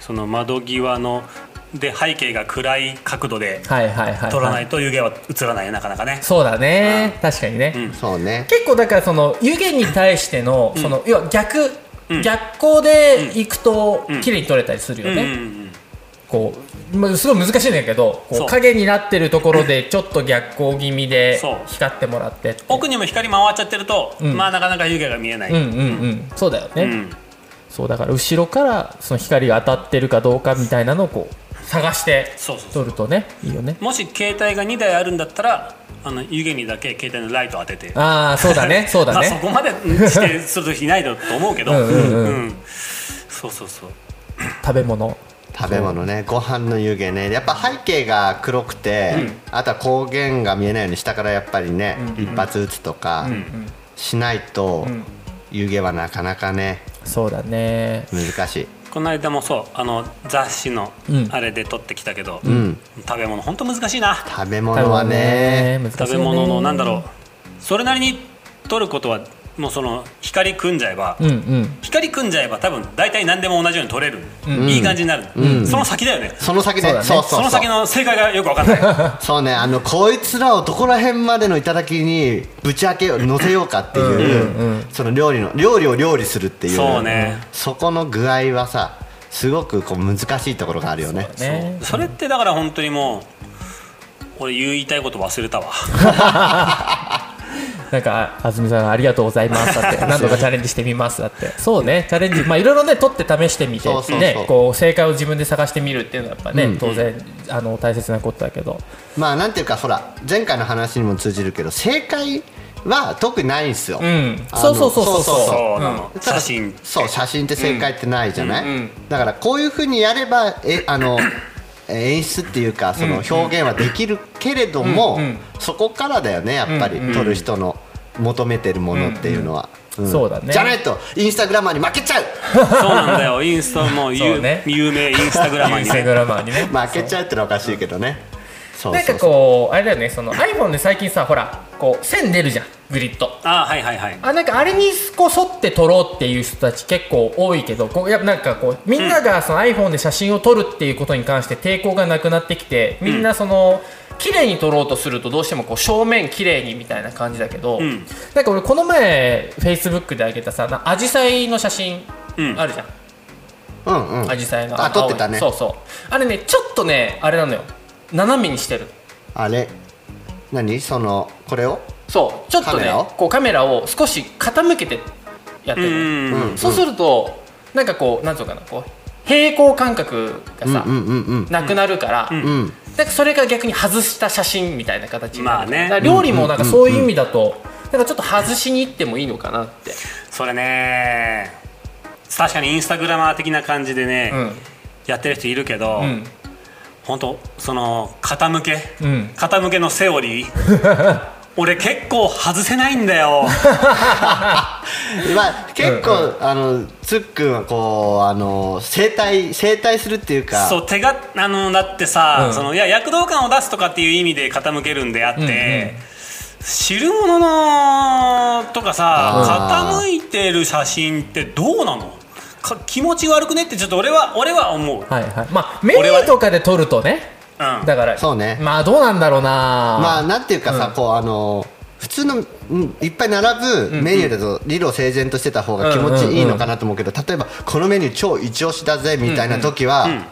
Speaker 4: その窓際ので背景が暗い角度で
Speaker 2: はいはい、はい、
Speaker 4: 撮らないと湯気は映らないねなかなかね
Speaker 2: そうだね、確かにね、
Speaker 4: ん
Speaker 3: そうね
Speaker 2: 結構だからその湯気に対してのその、要は逆、逆光で行くと綺麗に撮れたりするよ
Speaker 4: うん
Speaker 2: ね、
Speaker 4: うん
Speaker 2: こう、まあ、すごい難しいんだけどこ
Speaker 4: そう
Speaker 2: う影になってるところ でちょっと逆光気味で
Speaker 4: そう
Speaker 2: 光ってもらってって
Speaker 4: 奥にも光回っちゃってると、
Speaker 2: ん
Speaker 4: まあなかなか湯気が見えない、
Speaker 2: うんうんうんそうだよね、
Speaker 4: うん
Speaker 2: そうだから後ろからその光が当たってるかどうかみたいなのをこう探して
Speaker 4: そうそうそ
Speaker 2: 撮
Speaker 4: う
Speaker 2: るとねいいよね
Speaker 4: もし携帯が2台あるんだったらあの湯気にだけ携帯のライトを当てて
Speaker 2: ああそうだ ねそうだ
Speaker 4: まあ、そ
Speaker 2: ね
Speaker 4: こまでしてする人いないと思うけど
Speaker 2: うんうんうん
Speaker 4: うんそうそうそう
Speaker 2: 食べ物
Speaker 3: 食べ物ねご飯の湯気ねやっぱ背景が黒くて、あとは光源が見えないように下からやっぱりね、一発撃つとかしないと、湯気はなかなかね
Speaker 2: そうだね
Speaker 3: 難しい
Speaker 4: この間もそうあの雑誌の
Speaker 2: うん
Speaker 4: あれで撮ってきたけど、
Speaker 3: ん
Speaker 4: 食べ物本当難しいな
Speaker 3: 食べ物はね
Speaker 2: 難し
Speaker 4: 食
Speaker 2: いよ
Speaker 4: べ
Speaker 2: ね
Speaker 4: 物のなんだろうそれなりに撮ることはもうその光組んじゃえば、
Speaker 2: うんうん
Speaker 4: 光組んじゃえば多分大体何でも同じように撮れる、いい感じになる、その先だよね
Speaker 3: その先で、
Speaker 2: そうだね
Speaker 3: そうそうそ
Speaker 4: そ
Speaker 3: う
Speaker 4: の先の正解がよく分かんない
Speaker 3: そうねあのこいつらをどこら辺までの頂きにぶち開けよう乗せようかっていう、その料理の料理を料理するっていう
Speaker 4: そうね
Speaker 3: そこの具合はさすごくこう難しいところがあるよね
Speaker 2: ね
Speaker 4: それってだから本当にもう俺言いたいこと忘れたわ
Speaker 2: なんか安住さんありがとうございます だって何度かチャレンジしてみますだってそうねチャレンジまあいろいろね取って試してみて
Speaker 3: そうそうそう
Speaker 2: ねこう正解を自分で探してみるっていうのはやっぱね、
Speaker 3: うん
Speaker 2: 当然あの大切なことだけど
Speaker 3: まあなんていうかほら前回の話にも通じるけど正解は特にないんですよ、
Speaker 2: うん
Speaker 3: あの
Speaker 2: そうそうそうそう
Speaker 4: そうなの、
Speaker 3: ただ
Speaker 4: 写真
Speaker 3: そう写真って正解ってないじゃない、
Speaker 2: うんうん
Speaker 3: だからこういうふうにやればえあのえ演出っていうかその表現はできるけれども、
Speaker 2: うんうん
Speaker 3: そこからだよねやっぱり、撮る人の求めてるものっていうのは、
Speaker 2: ん
Speaker 3: ん
Speaker 2: そうだね
Speaker 3: じゃないとインスタグラマーに負けちゃう
Speaker 4: そうなんだよインスタも
Speaker 2: そ
Speaker 4: 有,、
Speaker 2: うね
Speaker 4: 有名インスタグラマー
Speaker 2: イン
Speaker 4: に
Speaker 2: スタ
Speaker 4: ね
Speaker 2: グラマーにね
Speaker 3: 負けちゃうってのはおかしいけどねそう
Speaker 2: なんか
Speaker 3: そう
Speaker 2: こうあれだよねその iPhone で最近さほらこう線出るじゃんグリッド
Speaker 4: ああはいはいはい
Speaker 2: あなんかあれにこう沿って撮ろうっていう人たち結構多いけどこうやっぱなんかこうみんながその iPhone で写真を撮るっていうことに関して抵抗がなくなってきてみんなその綺麗に撮ろうとするとどうしてもこう正面綺麗にみたいな感じだけど、
Speaker 4: ん
Speaker 2: なんか俺この前 Facebook であげたさなアジサイの写真
Speaker 4: うん
Speaker 2: あるじゃん、
Speaker 3: そううんうん
Speaker 2: アジサイの
Speaker 3: あ撮ってたね
Speaker 2: 青いそうそうあれねちょっとねあれなのよ斜めにしてる
Speaker 3: あれ何そのこれを
Speaker 2: そうちょっと
Speaker 3: カメ
Speaker 2: ね
Speaker 3: ラを
Speaker 2: こうカメラを少し傾けてやってる
Speaker 4: う
Speaker 2: のよ
Speaker 4: んうん
Speaker 2: そうすると、なんかこうなんつうのかなこう平行感覚がさ、
Speaker 3: うんうんうん
Speaker 2: なくなるから、
Speaker 3: うんうん
Speaker 2: なんかそれが逆に外した写真みたいな形になる
Speaker 4: まあね
Speaker 2: だから料理もなんかそういう意味だと、なんかちょっと外しに行ってもいいのかなって
Speaker 4: それね確かにインスタグラマー的な感じでね、
Speaker 2: うん
Speaker 4: やってる人いるけど、
Speaker 2: うん
Speaker 4: 本当その傾け、
Speaker 2: うん
Speaker 4: 傾けのセオリー 俺結構外せないんだよ
Speaker 3: まあ、結構、あのつっくんはこうあの整体整体するっていうか
Speaker 4: そう手があのだってさ、
Speaker 2: うん
Speaker 4: そのいや躍動感を出すとかっていう意味で傾けるんであって、
Speaker 2: うんうん
Speaker 4: 汁物のとかさ
Speaker 3: あー
Speaker 4: 傾いてる写真ってどうなのか気持ち悪くねってちょっと俺は俺は思う、うん、
Speaker 2: はいはいまあメニューとかで撮るとねだから
Speaker 3: そうね
Speaker 2: まあどうなんだろうな
Speaker 3: まあなんていうかさ、こうあの普通のうんいっぱい並ぶメニューだと理路整然としてた方が気持ちいいのかなと思うけど例えばこのメニュー超一押しだぜみたいな時は、
Speaker 4: ん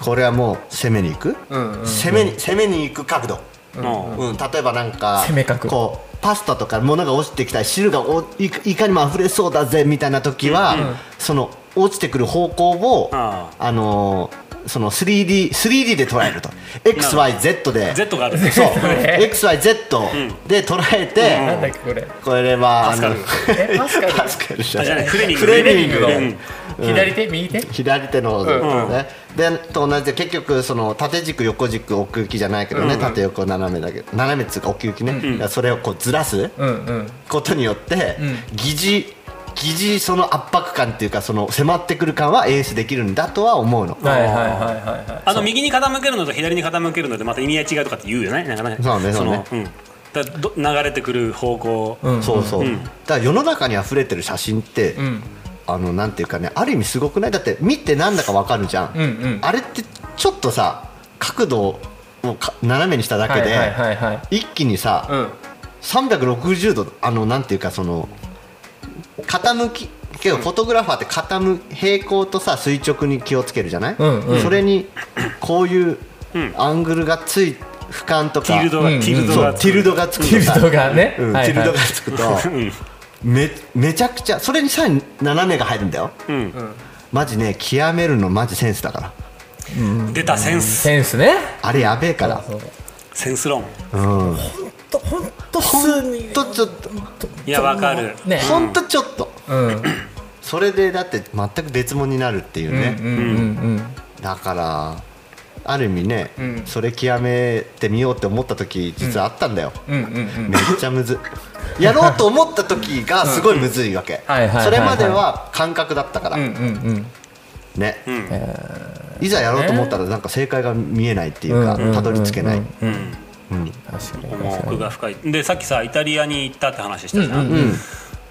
Speaker 3: これはもう攻めに行く、
Speaker 2: んうんうん
Speaker 3: 攻めに攻めに行く角度、
Speaker 4: うん
Speaker 3: うん例えばなんか
Speaker 2: 攻め角
Speaker 3: こうパスタとか物が落ちてきたり汁がおいいかにも溢れそうだぜみたいな時は、その落ちてくる方向を、
Speaker 4: あ
Speaker 3: あのーその 3D, 3D で捉えると XYZ で
Speaker 4: Z がある
Speaker 3: そう
Speaker 2: れ
Speaker 3: XYZ で捉え
Speaker 2: な
Speaker 3: て、
Speaker 2: んだっけこれ
Speaker 3: これはあの
Speaker 4: パ
Speaker 2: えパスカル
Speaker 3: パスカルじゃ
Speaker 4: あじゃ
Speaker 3: な
Speaker 4: ないいフレミン
Speaker 3: フ
Speaker 4: グ
Speaker 3: レミング
Speaker 2: フレミン
Speaker 3: で
Speaker 2: グ左手右手
Speaker 3: 左手の方で,、
Speaker 4: ん
Speaker 3: ね、でと同じで結局その縦軸横軸奥行きじゃないけどね、縦横斜めだけど斜めっつうか奥行きね、だからそれをこうずらす
Speaker 2: うんうん
Speaker 3: ことによって、疑似疑似その圧迫感っていうかその迫ってくる感は演出できるんだとは思うの、
Speaker 2: はいはいはいはいはい
Speaker 4: あの右に傾けるのと左に傾けるのでまた意味合い違うとかって言うよねなかなか
Speaker 3: そうねそうね
Speaker 4: のうん、だど流れてくる方向、
Speaker 2: うん
Speaker 3: そうそう、
Speaker 4: ん
Speaker 3: だから世の中に溢れてる写真って、
Speaker 2: ん
Speaker 3: あのなんていうかねある意味すごくないだって見てなんだかわかるじゃん、
Speaker 2: うんうん
Speaker 3: あれってちょっとさ角度をか斜めにしただ
Speaker 2: は
Speaker 3: け
Speaker 2: い
Speaker 3: で、
Speaker 2: はいはいはい
Speaker 3: 一気にさ、
Speaker 2: うん
Speaker 3: 360度あのなんていうかその傾きけどフォトグラファーって傾平行とさ垂直に気をつけるじゃない、
Speaker 2: うんうん
Speaker 3: それにこういう
Speaker 4: うん
Speaker 3: アングルがつい俯瞰とか
Speaker 4: ティルドが、
Speaker 2: うんうん
Speaker 4: ティルド
Speaker 3: そ
Speaker 4: が
Speaker 3: うティルドがつく
Speaker 2: ティ
Speaker 3: と
Speaker 2: ル
Speaker 3: さ
Speaker 2: ドがね
Speaker 3: うんテ
Speaker 2: はいはい
Speaker 3: ィルドがつくとめめちゃくちゃそれにさらに斜めが入るんだよ
Speaker 4: うん
Speaker 3: マジね極めるのマジセンスだから
Speaker 4: 出たセンス
Speaker 2: センスね
Speaker 3: あれやべえから
Speaker 2: そう
Speaker 4: センス論
Speaker 3: うん
Speaker 2: とほんと
Speaker 3: ほ
Speaker 2: 数
Speaker 3: んとちょっと
Speaker 4: いやわかる
Speaker 2: ね
Speaker 3: ほんとちょっと
Speaker 2: うんうん
Speaker 3: それでだって全く別物になるっていうね、
Speaker 2: うん
Speaker 3: だからある意味ね、
Speaker 2: ん
Speaker 3: それ極めてみようって思った時実はあったんだよ、
Speaker 2: うんうんうんうん
Speaker 3: めっちゃむずいやろうと思った時がすごいむずいわけ
Speaker 2: はいはいはいはい
Speaker 3: それまでは感覚だったから、
Speaker 2: うんうんうん
Speaker 3: ね、
Speaker 4: ん
Speaker 3: いざやろうと思ったらなんか正解が見えないっていうか
Speaker 2: うん
Speaker 3: たどり着けない、
Speaker 2: うん確かに確
Speaker 4: もう
Speaker 2: か
Speaker 4: 奥
Speaker 2: に
Speaker 4: が深いでさっきさイタリアに行ったって話したじゃん、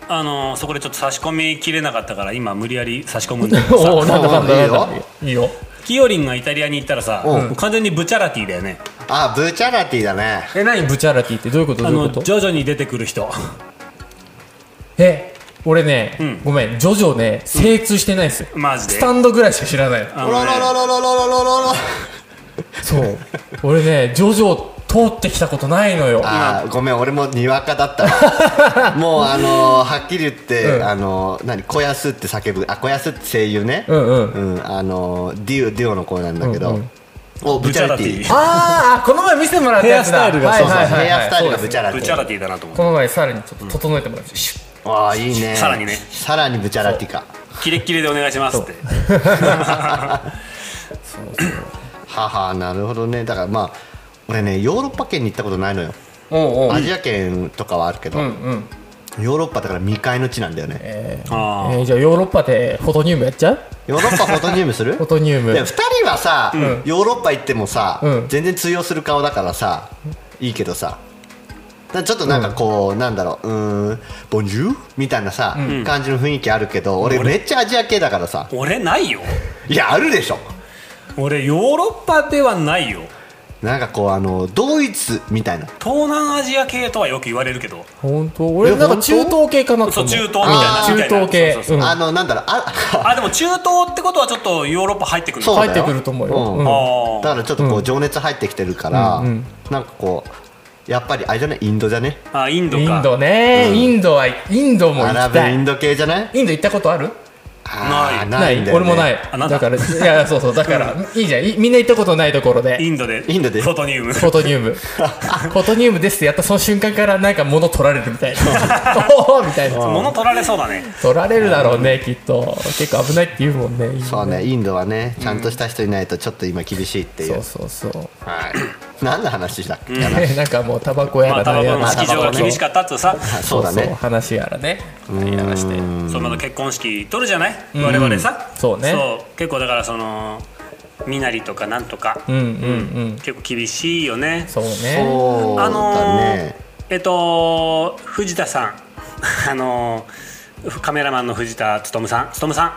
Speaker 4: あのそこでちょっと差し込みきれなかったから今無理やり差し込むんだけど
Speaker 2: おお
Speaker 4: さ
Speaker 2: なんだかんだなんだいいよ
Speaker 4: キヨリンがイタリアに行ったらさ、
Speaker 3: うん
Speaker 4: 完全にブチャラティだよね
Speaker 3: あブーチャラティだね
Speaker 2: え何ブチャラティってどういうことど
Speaker 4: あ
Speaker 2: うい
Speaker 4: の
Speaker 2: うこと
Speaker 4: 徐々に出てくる人
Speaker 2: え俺ね、
Speaker 4: ん
Speaker 2: ごめんジョジョね精通してないんですよ、
Speaker 4: マジで
Speaker 2: スタンドぐらいしか知らないの
Speaker 4: あ
Speaker 3: ロ
Speaker 4: の
Speaker 3: ロロ
Speaker 4: ね
Speaker 3: ロロロロロロロ
Speaker 2: そう俺ねジョジョ通ってきたことないのよ
Speaker 3: あーごめん俺もにわかだった わもうあのーはっきり言って、
Speaker 2: うん
Speaker 3: あのー何小安って叫ぶあ小安って声優ね
Speaker 2: うんうん
Speaker 3: うんあのーデュオデュオの声なんだけど、
Speaker 2: うんう
Speaker 3: おブチャラティ
Speaker 4: ブチャラティ
Speaker 2: あーあこの前見せてもらったやつだ
Speaker 4: ヘアスタイルが
Speaker 2: はい
Speaker 3: そうそう、
Speaker 2: はいはい
Speaker 3: ヘアスタイルがブチャラテ
Speaker 4: ブ
Speaker 3: ィ
Speaker 4: チャラティだなと思って
Speaker 2: この前さらにちょっと整えてもらいましたシュッ
Speaker 3: わあいいね
Speaker 4: さらにね
Speaker 3: さらにブチャラティか
Speaker 4: キレッキレでお願いしますって
Speaker 3: ははなるほどねだからまあ俺ねヨーロッパ圏に行ったことないのよ、
Speaker 2: おうおう
Speaker 3: アジア圏とかはあるけど、
Speaker 2: うんうん
Speaker 3: ヨーロッパだから未開の地なんだよね、
Speaker 4: あー
Speaker 2: えーじゃあヨーロッパでフォトニウムやっちゃう
Speaker 3: ヨーロッパフォトニウムす る
Speaker 2: フォトニウム
Speaker 3: で2人はさ、ヨーロッパ行ってもさ、
Speaker 2: うん
Speaker 3: 全然通用する顔だからさいいけどさだからちょっとなんかこう、なんだろううーんボンジューみたいなさ、感じの雰囲気あるけど俺めっちゃアジア系だからさ
Speaker 4: 俺ないよ
Speaker 3: いやあるでしょ
Speaker 4: 俺ヨーロッパではないよ
Speaker 3: なんかこうあのドイツみたいな
Speaker 4: 東南アジア系とはよく言われるけど
Speaker 2: 本当俺なんか中東系かなと
Speaker 4: そう
Speaker 2: 思
Speaker 4: 中東みたい
Speaker 3: あ
Speaker 4: な
Speaker 3: ー
Speaker 4: みたいな
Speaker 2: 中東系
Speaker 4: そうそうそう
Speaker 2: うん
Speaker 3: あのなんだろうあ
Speaker 4: あでも中東ってことはちょっとヨーロッパ入ってくるの
Speaker 3: そうだ よ
Speaker 2: 入ってくると思うよ
Speaker 3: ん
Speaker 2: うん
Speaker 4: あー
Speaker 3: だからちょっとこう情熱入ってきてるから、
Speaker 2: うんうん
Speaker 3: なんかこうやっぱりあれじゃないインドじゃね
Speaker 4: あインド
Speaker 2: イ
Speaker 4: か
Speaker 2: ンドね、インドはインドも
Speaker 3: ア
Speaker 2: 行
Speaker 3: ラ
Speaker 2: き
Speaker 3: ブ
Speaker 2: たい
Speaker 3: インド系じゃない
Speaker 2: インド行ったことある
Speaker 3: あー
Speaker 2: ない
Speaker 3: んだよ
Speaker 2: 俺
Speaker 3: ね
Speaker 2: もない
Speaker 4: あなん
Speaker 2: だ
Speaker 4: だ
Speaker 2: からいやそうそうだからいいじゃんいみんな行ったことないところで
Speaker 4: インドで
Speaker 3: インドで
Speaker 4: フォトニウム
Speaker 2: フォトニ ウムフォトニウムですってやったその瞬間からなんか物取られるみたいなおおみたいな
Speaker 4: 物取られそうだね
Speaker 2: 取られるだろうねきっと結構危ないって言うもんね
Speaker 3: そうねインドはねちゃんとした人いないとちょっと今厳しいっていう、
Speaker 2: そうそうそう
Speaker 3: はい 何の話だっけ、かな
Speaker 2: ねなんかもうタバコや
Speaker 4: まあ
Speaker 2: ら
Speaker 4: タバ
Speaker 2: 何
Speaker 4: コ
Speaker 2: や
Speaker 4: の
Speaker 2: ら
Speaker 4: 式場が厳しかったっつうさ
Speaker 3: そうだね
Speaker 2: 話やらねやらして
Speaker 4: その結婚式取るじゃない我々さ
Speaker 2: うんそうね
Speaker 4: そう結構だからその身なりとかなんとか
Speaker 2: うんうんうん
Speaker 4: 結構厳しいよね
Speaker 2: そうね
Speaker 3: そう
Speaker 4: あの
Speaker 3: だね、
Speaker 4: ーえっと藤田さんあのーカメラマンの藤田勉さん勉さん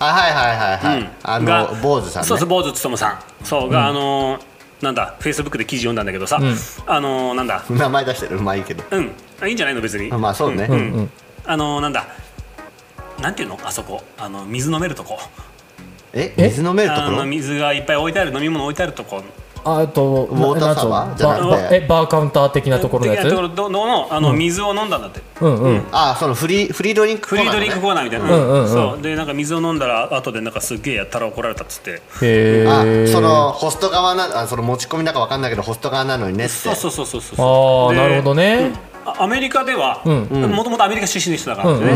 Speaker 3: あはいはいはいはい、
Speaker 4: うん
Speaker 3: あ
Speaker 4: が
Speaker 3: の坊主さんね
Speaker 4: そうそう坊主勉さんそうが、あのーなんだフェイスブックで記事読んだんだけどさ、
Speaker 2: ん
Speaker 4: あのーなんだ
Speaker 3: 名前出してるうまいけど
Speaker 4: うんあいいんじゃないの別に
Speaker 3: あまあそうね
Speaker 4: んんあのーなんだなんていうのあそこあの水飲めるとこ
Speaker 3: え
Speaker 2: え
Speaker 3: 水飲めると
Speaker 4: あ
Speaker 3: ころ
Speaker 4: の水がいっぱい置いてある飲み物置いてあるとこ
Speaker 2: あと
Speaker 3: ウォーターサーバー
Speaker 2: なんつう
Speaker 3: じゃなく
Speaker 2: の
Speaker 3: て
Speaker 2: バーえバーカウンター的なところのや
Speaker 4: 的なとこ
Speaker 2: つ
Speaker 4: ろどののあの水を飲んだんだって、
Speaker 2: うんうん
Speaker 3: あそのフリーフリードリンク
Speaker 4: フリードリンクコーナーみたいな、
Speaker 2: んうんうん
Speaker 4: そうでなんか水を飲んだら後でなんかすっげえやったら怒られたっつって
Speaker 2: へ
Speaker 3: あ
Speaker 2: え
Speaker 3: そのホスト側なあその持ち込みなんかわかんないけどホスト側なのにねって
Speaker 4: そうそうそうそうそう
Speaker 2: ああ
Speaker 4: で
Speaker 2: なるほどね
Speaker 4: あアメリカでは
Speaker 2: ん
Speaker 4: もともとアメリカ出身の人だからね、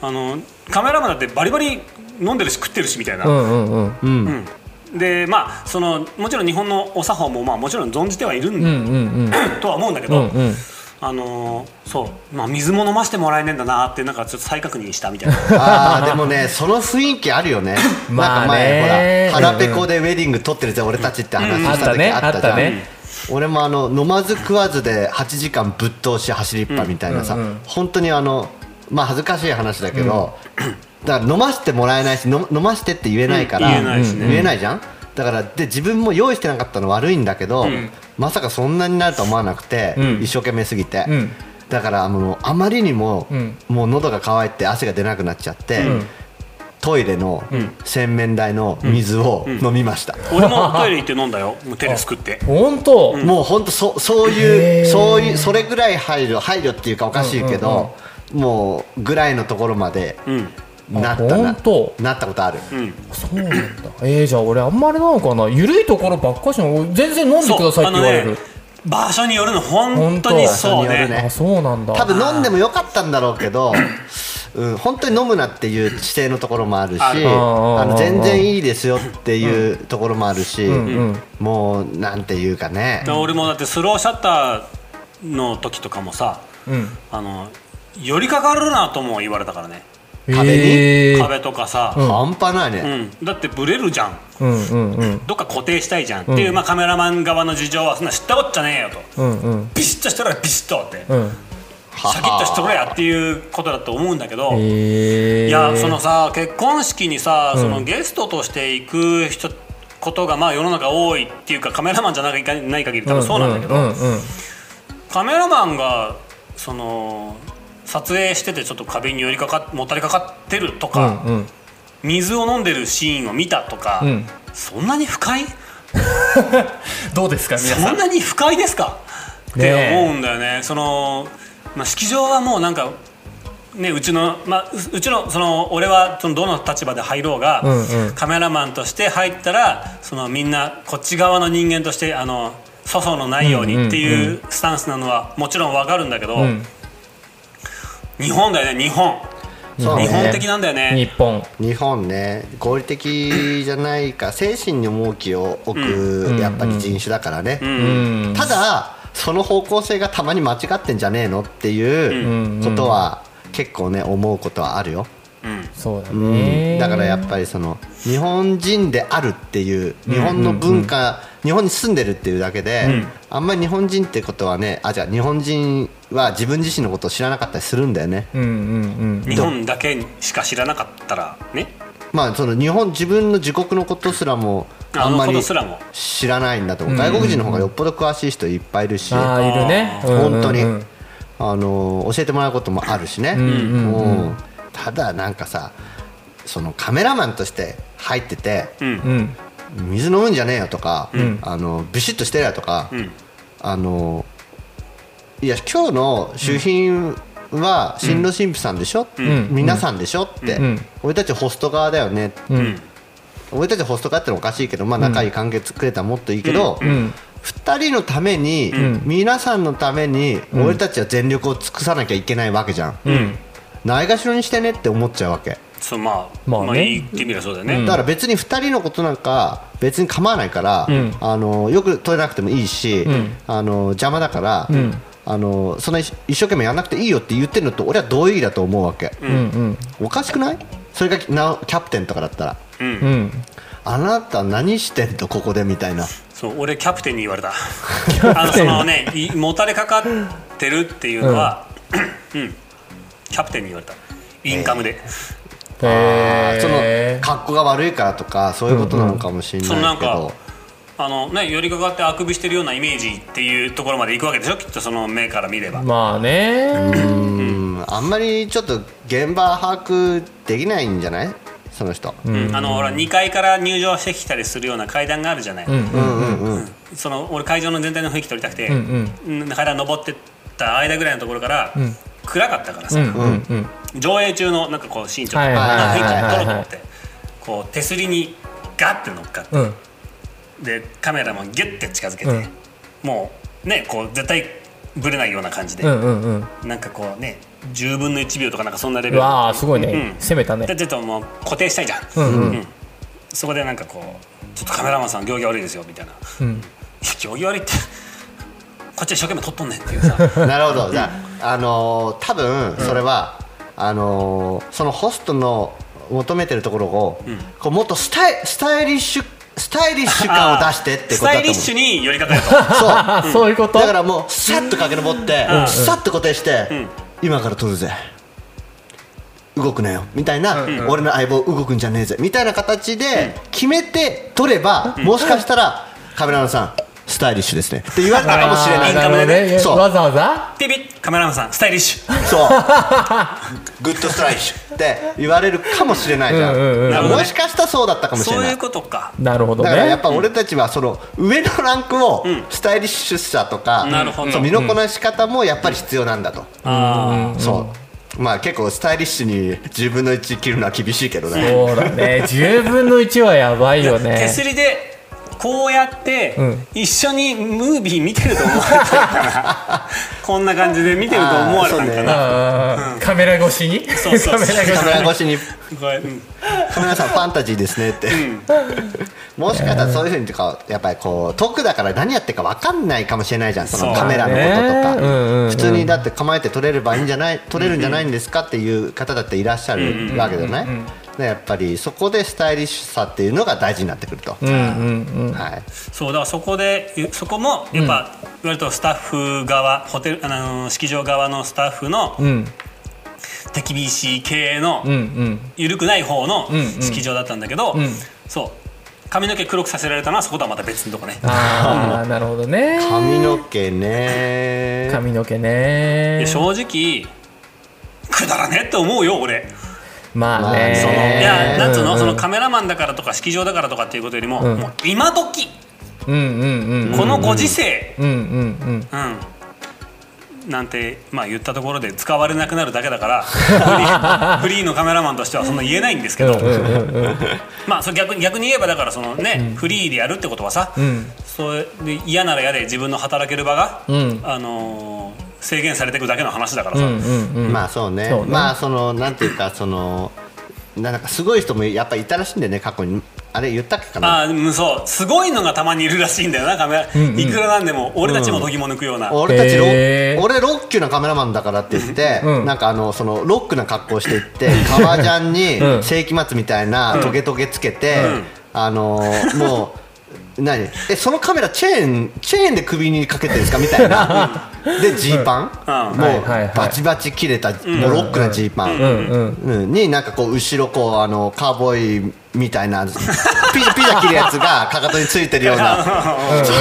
Speaker 4: あのカメラマンだってバリバリ飲んでるし食ってるしみたいな、
Speaker 2: うんうんうんうん
Speaker 4: でまあそのもちろん日本のお作法もまあもちろん存じてはいるん
Speaker 2: うんうん
Speaker 4: とは思うんだけ
Speaker 2: う
Speaker 4: ど、
Speaker 2: んうん
Speaker 4: あのーそう、まあ、水も飲ませてもらえねえんだなってなんかちょっと再確認したみたいな
Speaker 3: あーでもねその雰囲気あるよね
Speaker 2: まあね
Speaker 3: なんか前ほら腹ペコでウェディング撮ってるぜ俺たちって話した時
Speaker 2: うん
Speaker 3: あったじ
Speaker 2: あったねあった
Speaker 3: ゃん、
Speaker 2: ね
Speaker 3: 俺もあの飲まず食わずで8時間ぶっ通し走りっぱみたいなさ、本当にあのまあ恥ずかしい話だけど、だから飲ませてもらえないし飲飲ませてって言えないから、
Speaker 4: うん言えないしね
Speaker 3: 言えないじゃんだからで自分も用意してなかったの悪いんだけど、まさかそんなになると思わなくて、
Speaker 2: ん
Speaker 3: 一生懸命すぎて、
Speaker 2: うん
Speaker 3: だからあのあまりにも、
Speaker 2: ん
Speaker 3: もう喉が渇いて汗が出なくなっちゃって、トイレの洗面台の水を飲みました、
Speaker 4: 俺もトイレ行って飲んだよもう手ですくって
Speaker 2: 本当
Speaker 3: もう本当そそう
Speaker 2: へ
Speaker 3: い
Speaker 2: ー
Speaker 3: うそういうそれぐらい配慮配慮っていうかおかしいけ
Speaker 2: うんうん
Speaker 3: ど、もうぐらいのところまで
Speaker 4: うん
Speaker 3: なった
Speaker 2: あ
Speaker 3: な,、
Speaker 2: 本当
Speaker 3: なったことある、
Speaker 4: うん
Speaker 2: そうなんだえー、じゃあ俺あんまりなのかなゆるいところばっかしなの全然飲んでくださいって言われる
Speaker 4: 場所によるの本当にそ
Speaker 3: 本当場所に
Speaker 4: う
Speaker 3: よ
Speaker 4: ね
Speaker 3: るね
Speaker 2: あそうなんだ
Speaker 3: 多分飲んでもよかったんだろう けど、うん、本当に飲むなっていう指定のところもあるし
Speaker 4: ある
Speaker 2: あ
Speaker 3: あの
Speaker 2: あ
Speaker 3: 全然いいですよっていうところもあるし、
Speaker 2: うん
Speaker 3: もうなんていうかね、
Speaker 4: 俺もだってスローシャッターの時とかもさ
Speaker 2: うん
Speaker 4: あの寄りかかるなとも言われたからね
Speaker 3: 壁に
Speaker 2: えー
Speaker 4: 壁とかさ、
Speaker 3: 半端ないね、
Speaker 4: うんだってブレるじゃん
Speaker 2: うんうんうん
Speaker 4: どっか固定したいじゃんっていう、まあ、カメラマン側の事情はそんな知ったこっちゃねえよと
Speaker 2: うんうん
Speaker 4: ビシッとしてろよビシッとって、
Speaker 2: うん
Speaker 3: はは
Speaker 4: シャキッとしてろやっていうことだと思うんだけど、
Speaker 2: えー、
Speaker 4: いやそのさ結婚式にさそのゲストとして行く人ことがまあ世の中多いっていうかカメラマンじゃないかない限り多分そうなんだけど、
Speaker 2: うんうんうん
Speaker 4: カメラマンがその撮影しててちょっと壁に寄りかかっもたれかかってるとか、
Speaker 2: うんうん
Speaker 4: 水を飲んでるシーンを見たとか、
Speaker 2: うん
Speaker 4: そんなに不快
Speaker 2: どうですか皆
Speaker 4: そんなに不快ですかって
Speaker 2: ねえ
Speaker 4: 思うんだよね。そのまあ式場はもうなんかねうちのまあううちのその俺はそのどの立場で入ろうが、
Speaker 2: うんうん
Speaker 4: カメラマンとして入ったらそのみんなこっち側の人間としてあの粗相のないようにっていうスタンスなのはもちろんわかるんだけど、
Speaker 2: うん
Speaker 4: 日本だよね日本、
Speaker 3: そうね
Speaker 4: 日本的なんだよね。
Speaker 2: 日本
Speaker 3: 日本ね合理的じゃないか精神に重きを置く、やっぱり人種だからね、
Speaker 2: うん
Speaker 3: ただその方向性がたまに間違ってんじゃねえのっていうことは結構ね思うことはあるよ、
Speaker 4: うん
Speaker 2: そうだ
Speaker 3: うん
Speaker 2: ね
Speaker 3: だからやっぱりその日本人であるっていう日本の文化、日本に住んでるっていうだけで、あんまり日本人ってことはねあじゃあ日本人は自分自身のことを知らなかったりするんだよね、
Speaker 2: うんうん
Speaker 4: 日本だけしか知らなかったらね
Speaker 3: まあその日本自分の自国のことすらもあ
Speaker 4: あ
Speaker 3: ん
Speaker 4: の
Speaker 3: ま
Speaker 4: こ
Speaker 3: り
Speaker 4: とすらも
Speaker 3: 知らないんだと思う外国人の方がよっぽど詳しい人いっぱいいるし
Speaker 2: うんああいるねうんうんうん
Speaker 3: 本当にあの教えてもらうこともあるしねうんただなんかさそのカメラマンとして入ってて
Speaker 4: うん
Speaker 2: うん
Speaker 3: 水飲むんじゃねえよとかあのビシッとしてるやとか
Speaker 4: うん
Speaker 3: あのいや今日の主品は新郎新婦さんでしょ、
Speaker 2: ん
Speaker 3: 皆さんでしょって、
Speaker 2: ん
Speaker 3: 俺たちホスト側だよね、
Speaker 4: うん
Speaker 3: 俺たちホスト側ってのはおかしいけど、まあ、仲いい関係作れたらもっといいけど、二
Speaker 2: ん
Speaker 3: 2人のために、皆さんのために俺たちは全力を尽くさなきゃいけないわけじゃん、ないがしろにしてねって思っちゃうわけ
Speaker 4: そうまあ、
Speaker 2: ま
Speaker 4: ま
Speaker 2: あ
Speaker 4: あ
Speaker 2: ね
Speaker 4: 言ってみればそうだよね、
Speaker 3: だから別に2人のことなんか別に構わないから、
Speaker 2: ん
Speaker 3: あのよく取れなくてもいいし、
Speaker 2: ん
Speaker 3: あの邪魔だから、
Speaker 2: ん
Speaker 3: あのそんな一一生懸命やらなくていいよって言ってるのと俺は同意義だと思うわけ、
Speaker 2: うん
Speaker 3: おかしくないそれがなキャプテンとかだったら
Speaker 2: うんうん
Speaker 3: あなた何してんのここでみたいな
Speaker 4: そう俺キャプテンに言われたあのそのねいもたれかかってるっていうのは、うんキャプテンに言われたインカムで、
Speaker 3: あーそ
Speaker 2: へ
Speaker 3: の
Speaker 2: ー
Speaker 3: 格好が悪いからとかそういうことなのかもしれ
Speaker 4: そのな
Speaker 3: なんいけ
Speaker 4: か
Speaker 3: ど、
Speaker 4: あのね寄りかかってあくびしてるようなイメージっていうところまで行くわけでしょきっとその目から見れば、
Speaker 2: まあね
Speaker 3: うんあんまりちょっと現場把握できないんじゃないその人、
Speaker 4: うんあのほら2階から入場してきたりするような階段があるじゃない、
Speaker 2: うん
Speaker 3: うんうんうん
Speaker 4: その俺会場の全体の雰囲気取りたくて、
Speaker 2: ん
Speaker 4: うん階段登ってった間ぐらいのところから、暗かったから
Speaker 2: う
Speaker 4: さ、
Speaker 2: んうんうん
Speaker 4: 上映中のなんかこう身長
Speaker 2: はい
Speaker 4: の
Speaker 2: はい
Speaker 3: はいはい
Speaker 4: 雰囲気を
Speaker 2: は
Speaker 4: 撮ろ
Speaker 2: いう
Speaker 4: と思ってこう手すりにガッて乗っかって、
Speaker 2: うん
Speaker 4: でカメラもギュッて近づけて、
Speaker 2: うん
Speaker 4: もうねこう絶対ぶれないような感じで、
Speaker 2: うんうんうん
Speaker 4: なんかこうね10分の1秒とかなんかそんなレベ
Speaker 2: う
Speaker 4: ル
Speaker 2: わあすごいね
Speaker 4: うん
Speaker 2: 攻めたね
Speaker 4: でちょっともう固定したいじゃん、
Speaker 2: んうん
Speaker 4: うんそこでなんかこう「ちょっとカメラマンさん行儀悪いですよ」みたいな「い
Speaker 2: うん
Speaker 4: や行儀悪いってこっちは一生懸命撮っとんねん」ってい うさ
Speaker 3: なるほど、じゃあ、あのー多分それは、あのーそのホストの求めてるところを、こうもっとスタイスタイリッシュスタイリッシュ感を出してって
Speaker 4: ス
Speaker 3: ことだ
Speaker 4: タ
Speaker 3: と
Speaker 4: イ
Speaker 3: 思
Speaker 4: リッ
Speaker 3: う
Speaker 4: シュに寄りかかると
Speaker 3: そう
Speaker 2: あそういうこと
Speaker 3: だからもうさっと駆け上って、さっと固定して、今から撮るぜ動くなよみたいな、俺の相棒動くんじゃねえぜみたいな形で決めて撮れば、もしかしたらカメラマンさんスタイリッシュですねって言われたかもしれない
Speaker 2: あーなるほどね
Speaker 3: そう
Speaker 2: わざわざ
Speaker 4: ピピッカメラマンさんスタイリッシュ
Speaker 3: そうグッドストライクって言われるかもしれないじゃん,、
Speaker 2: うんうんうん
Speaker 3: だからもしかしたらそうだったかもしれ
Speaker 4: そう
Speaker 3: ない
Speaker 4: いうことか
Speaker 2: なるほど
Speaker 3: だからやっ
Speaker 2: ね
Speaker 3: ぱ俺たちはその上のランクをスタイリッシュさとか、
Speaker 4: なるほど
Speaker 3: そう身のこなし方もやっぱり必要なんだと、
Speaker 4: あ
Speaker 3: そうまあ結構スタイリッシュに10分の1切るのは厳しいけど ね
Speaker 2: そうだね10分の1はやばいよ
Speaker 4: あ、手
Speaker 2: ね
Speaker 4: すりでこうやって
Speaker 2: ん
Speaker 4: 一緒にムービー見てると思われたの かなこんな感じで見てると思われたのかな、
Speaker 2: あーカメラ越しに
Speaker 4: そうそう
Speaker 2: カメラ越し
Speaker 3: カメ
Speaker 2: に
Speaker 3: ラ越しに
Speaker 4: これうん
Speaker 3: 「カメラさんファンタジーですね」って、もしかしたらそういうふうにとかやっぱりこう遠くだから何やってるか分かんないかもしれないじゃんそのカメラのこととか、
Speaker 2: そうだねうんうんうん
Speaker 3: 普通にだって構えて撮れればいいんじゃない撮れるんじゃないんですかっていう方だっていらっしゃるわけじゃない、でやっぱりそこでスタイリッシュさっていうのが大事になってくると、はい、
Speaker 4: そうだからそこでそこもやっぱ、いわゆるとスタッフ側ホテルあのー式場側のスタッフの
Speaker 2: うん
Speaker 4: 手厳しい経営の
Speaker 2: うんうん
Speaker 4: 緩くない方の
Speaker 2: んうん
Speaker 4: 式場だったんだけど、
Speaker 2: ん
Speaker 4: そう髪の毛黒くさせられたのはそことはまた別のとこね
Speaker 2: あ あなるほどね
Speaker 3: 髪の毛ね
Speaker 2: 髪の毛ね
Speaker 4: で正直くだらねえって思うよ俺
Speaker 2: まあね
Speaker 4: そのいやなんつうの,、
Speaker 2: うん
Speaker 4: そのカメラマンだからとか式場だからとかっていうことよりも、もう今時
Speaker 2: うんうんうん
Speaker 4: このご時世、
Speaker 2: うんうんうん
Speaker 4: うんなんて、まあ、言ったところで使われなくなるだけだから フリーフリーのカメラマンとしてはそんな言えないんですけど、まあ、それ逆に逆に言えばだからその、ねフリーでやるってことはさ、
Speaker 2: ん
Speaker 4: それで嫌なら嫌で自分の働ける場が、
Speaker 2: ん
Speaker 4: あのー制限されていくだけの話だから
Speaker 2: う
Speaker 4: さ、
Speaker 2: んうんうん
Speaker 3: まあそうね
Speaker 2: そうね
Speaker 3: まあそのなんていうかそのなんかすごい人もやっぱいたらしいんだよね過去にあれ言ったっけかな
Speaker 4: ああうんそうすごいのがたまにいるらしいんだよなカメラ、
Speaker 2: うん
Speaker 4: いくらなんでも俺たちもどぎも抜くような、
Speaker 3: 俺たちロ
Speaker 2: へー
Speaker 3: 俺ロッキュなカメラマンだからって言って、
Speaker 2: うん
Speaker 3: なんかあのそのロックな格好していって革ジャン
Speaker 2: うん
Speaker 3: に世紀末みたいなトゲトゲつけて、あのーもう何えそのカメラチェーンチェーンで首にかけてるんですかみたいなでジーパン、
Speaker 4: うん
Speaker 3: も
Speaker 2: はいうはいはい
Speaker 3: バチバチ切れた、もうロックなジーパン、
Speaker 2: うんうん
Speaker 3: うんになんかこう後ろこうあのカーボーイみたいなかピザピザ切るやつがかかとについてるような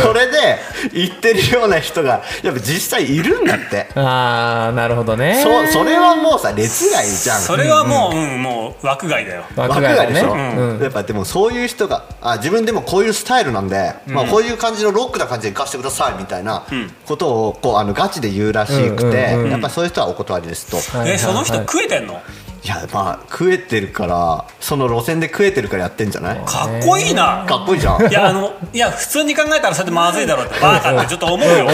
Speaker 3: それで行ってるような人がやっぱ実際いるんだって
Speaker 2: ああなるほどね
Speaker 3: そそれはもうさ列外じゃん
Speaker 4: それはもう、うん、もう枠外だよ。
Speaker 3: 枠外でしょ、
Speaker 2: 枠外だねうん
Speaker 3: やっぱでもそういう人があ自分でもこういうスタイルなんで、まあ、こういう感じのロックな感じで行かせてくださいみたいなことをこうあのガチで言うらしくて、やっぱりそういう人はお断りですと、
Speaker 2: はいはい
Speaker 4: え、その人
Speaker 2: はい
Speaker 4: 食えてんの？
Speaker 3: いやまあ食えてるからその路線で食えてるからやってんじゃないか
Speaker 4: かっこいいな。
Speaker 3: っこいいじゃん
Speaker 4: いやあのいや普通に考えたらそれってまずいだろうってバカってちょっと思うよ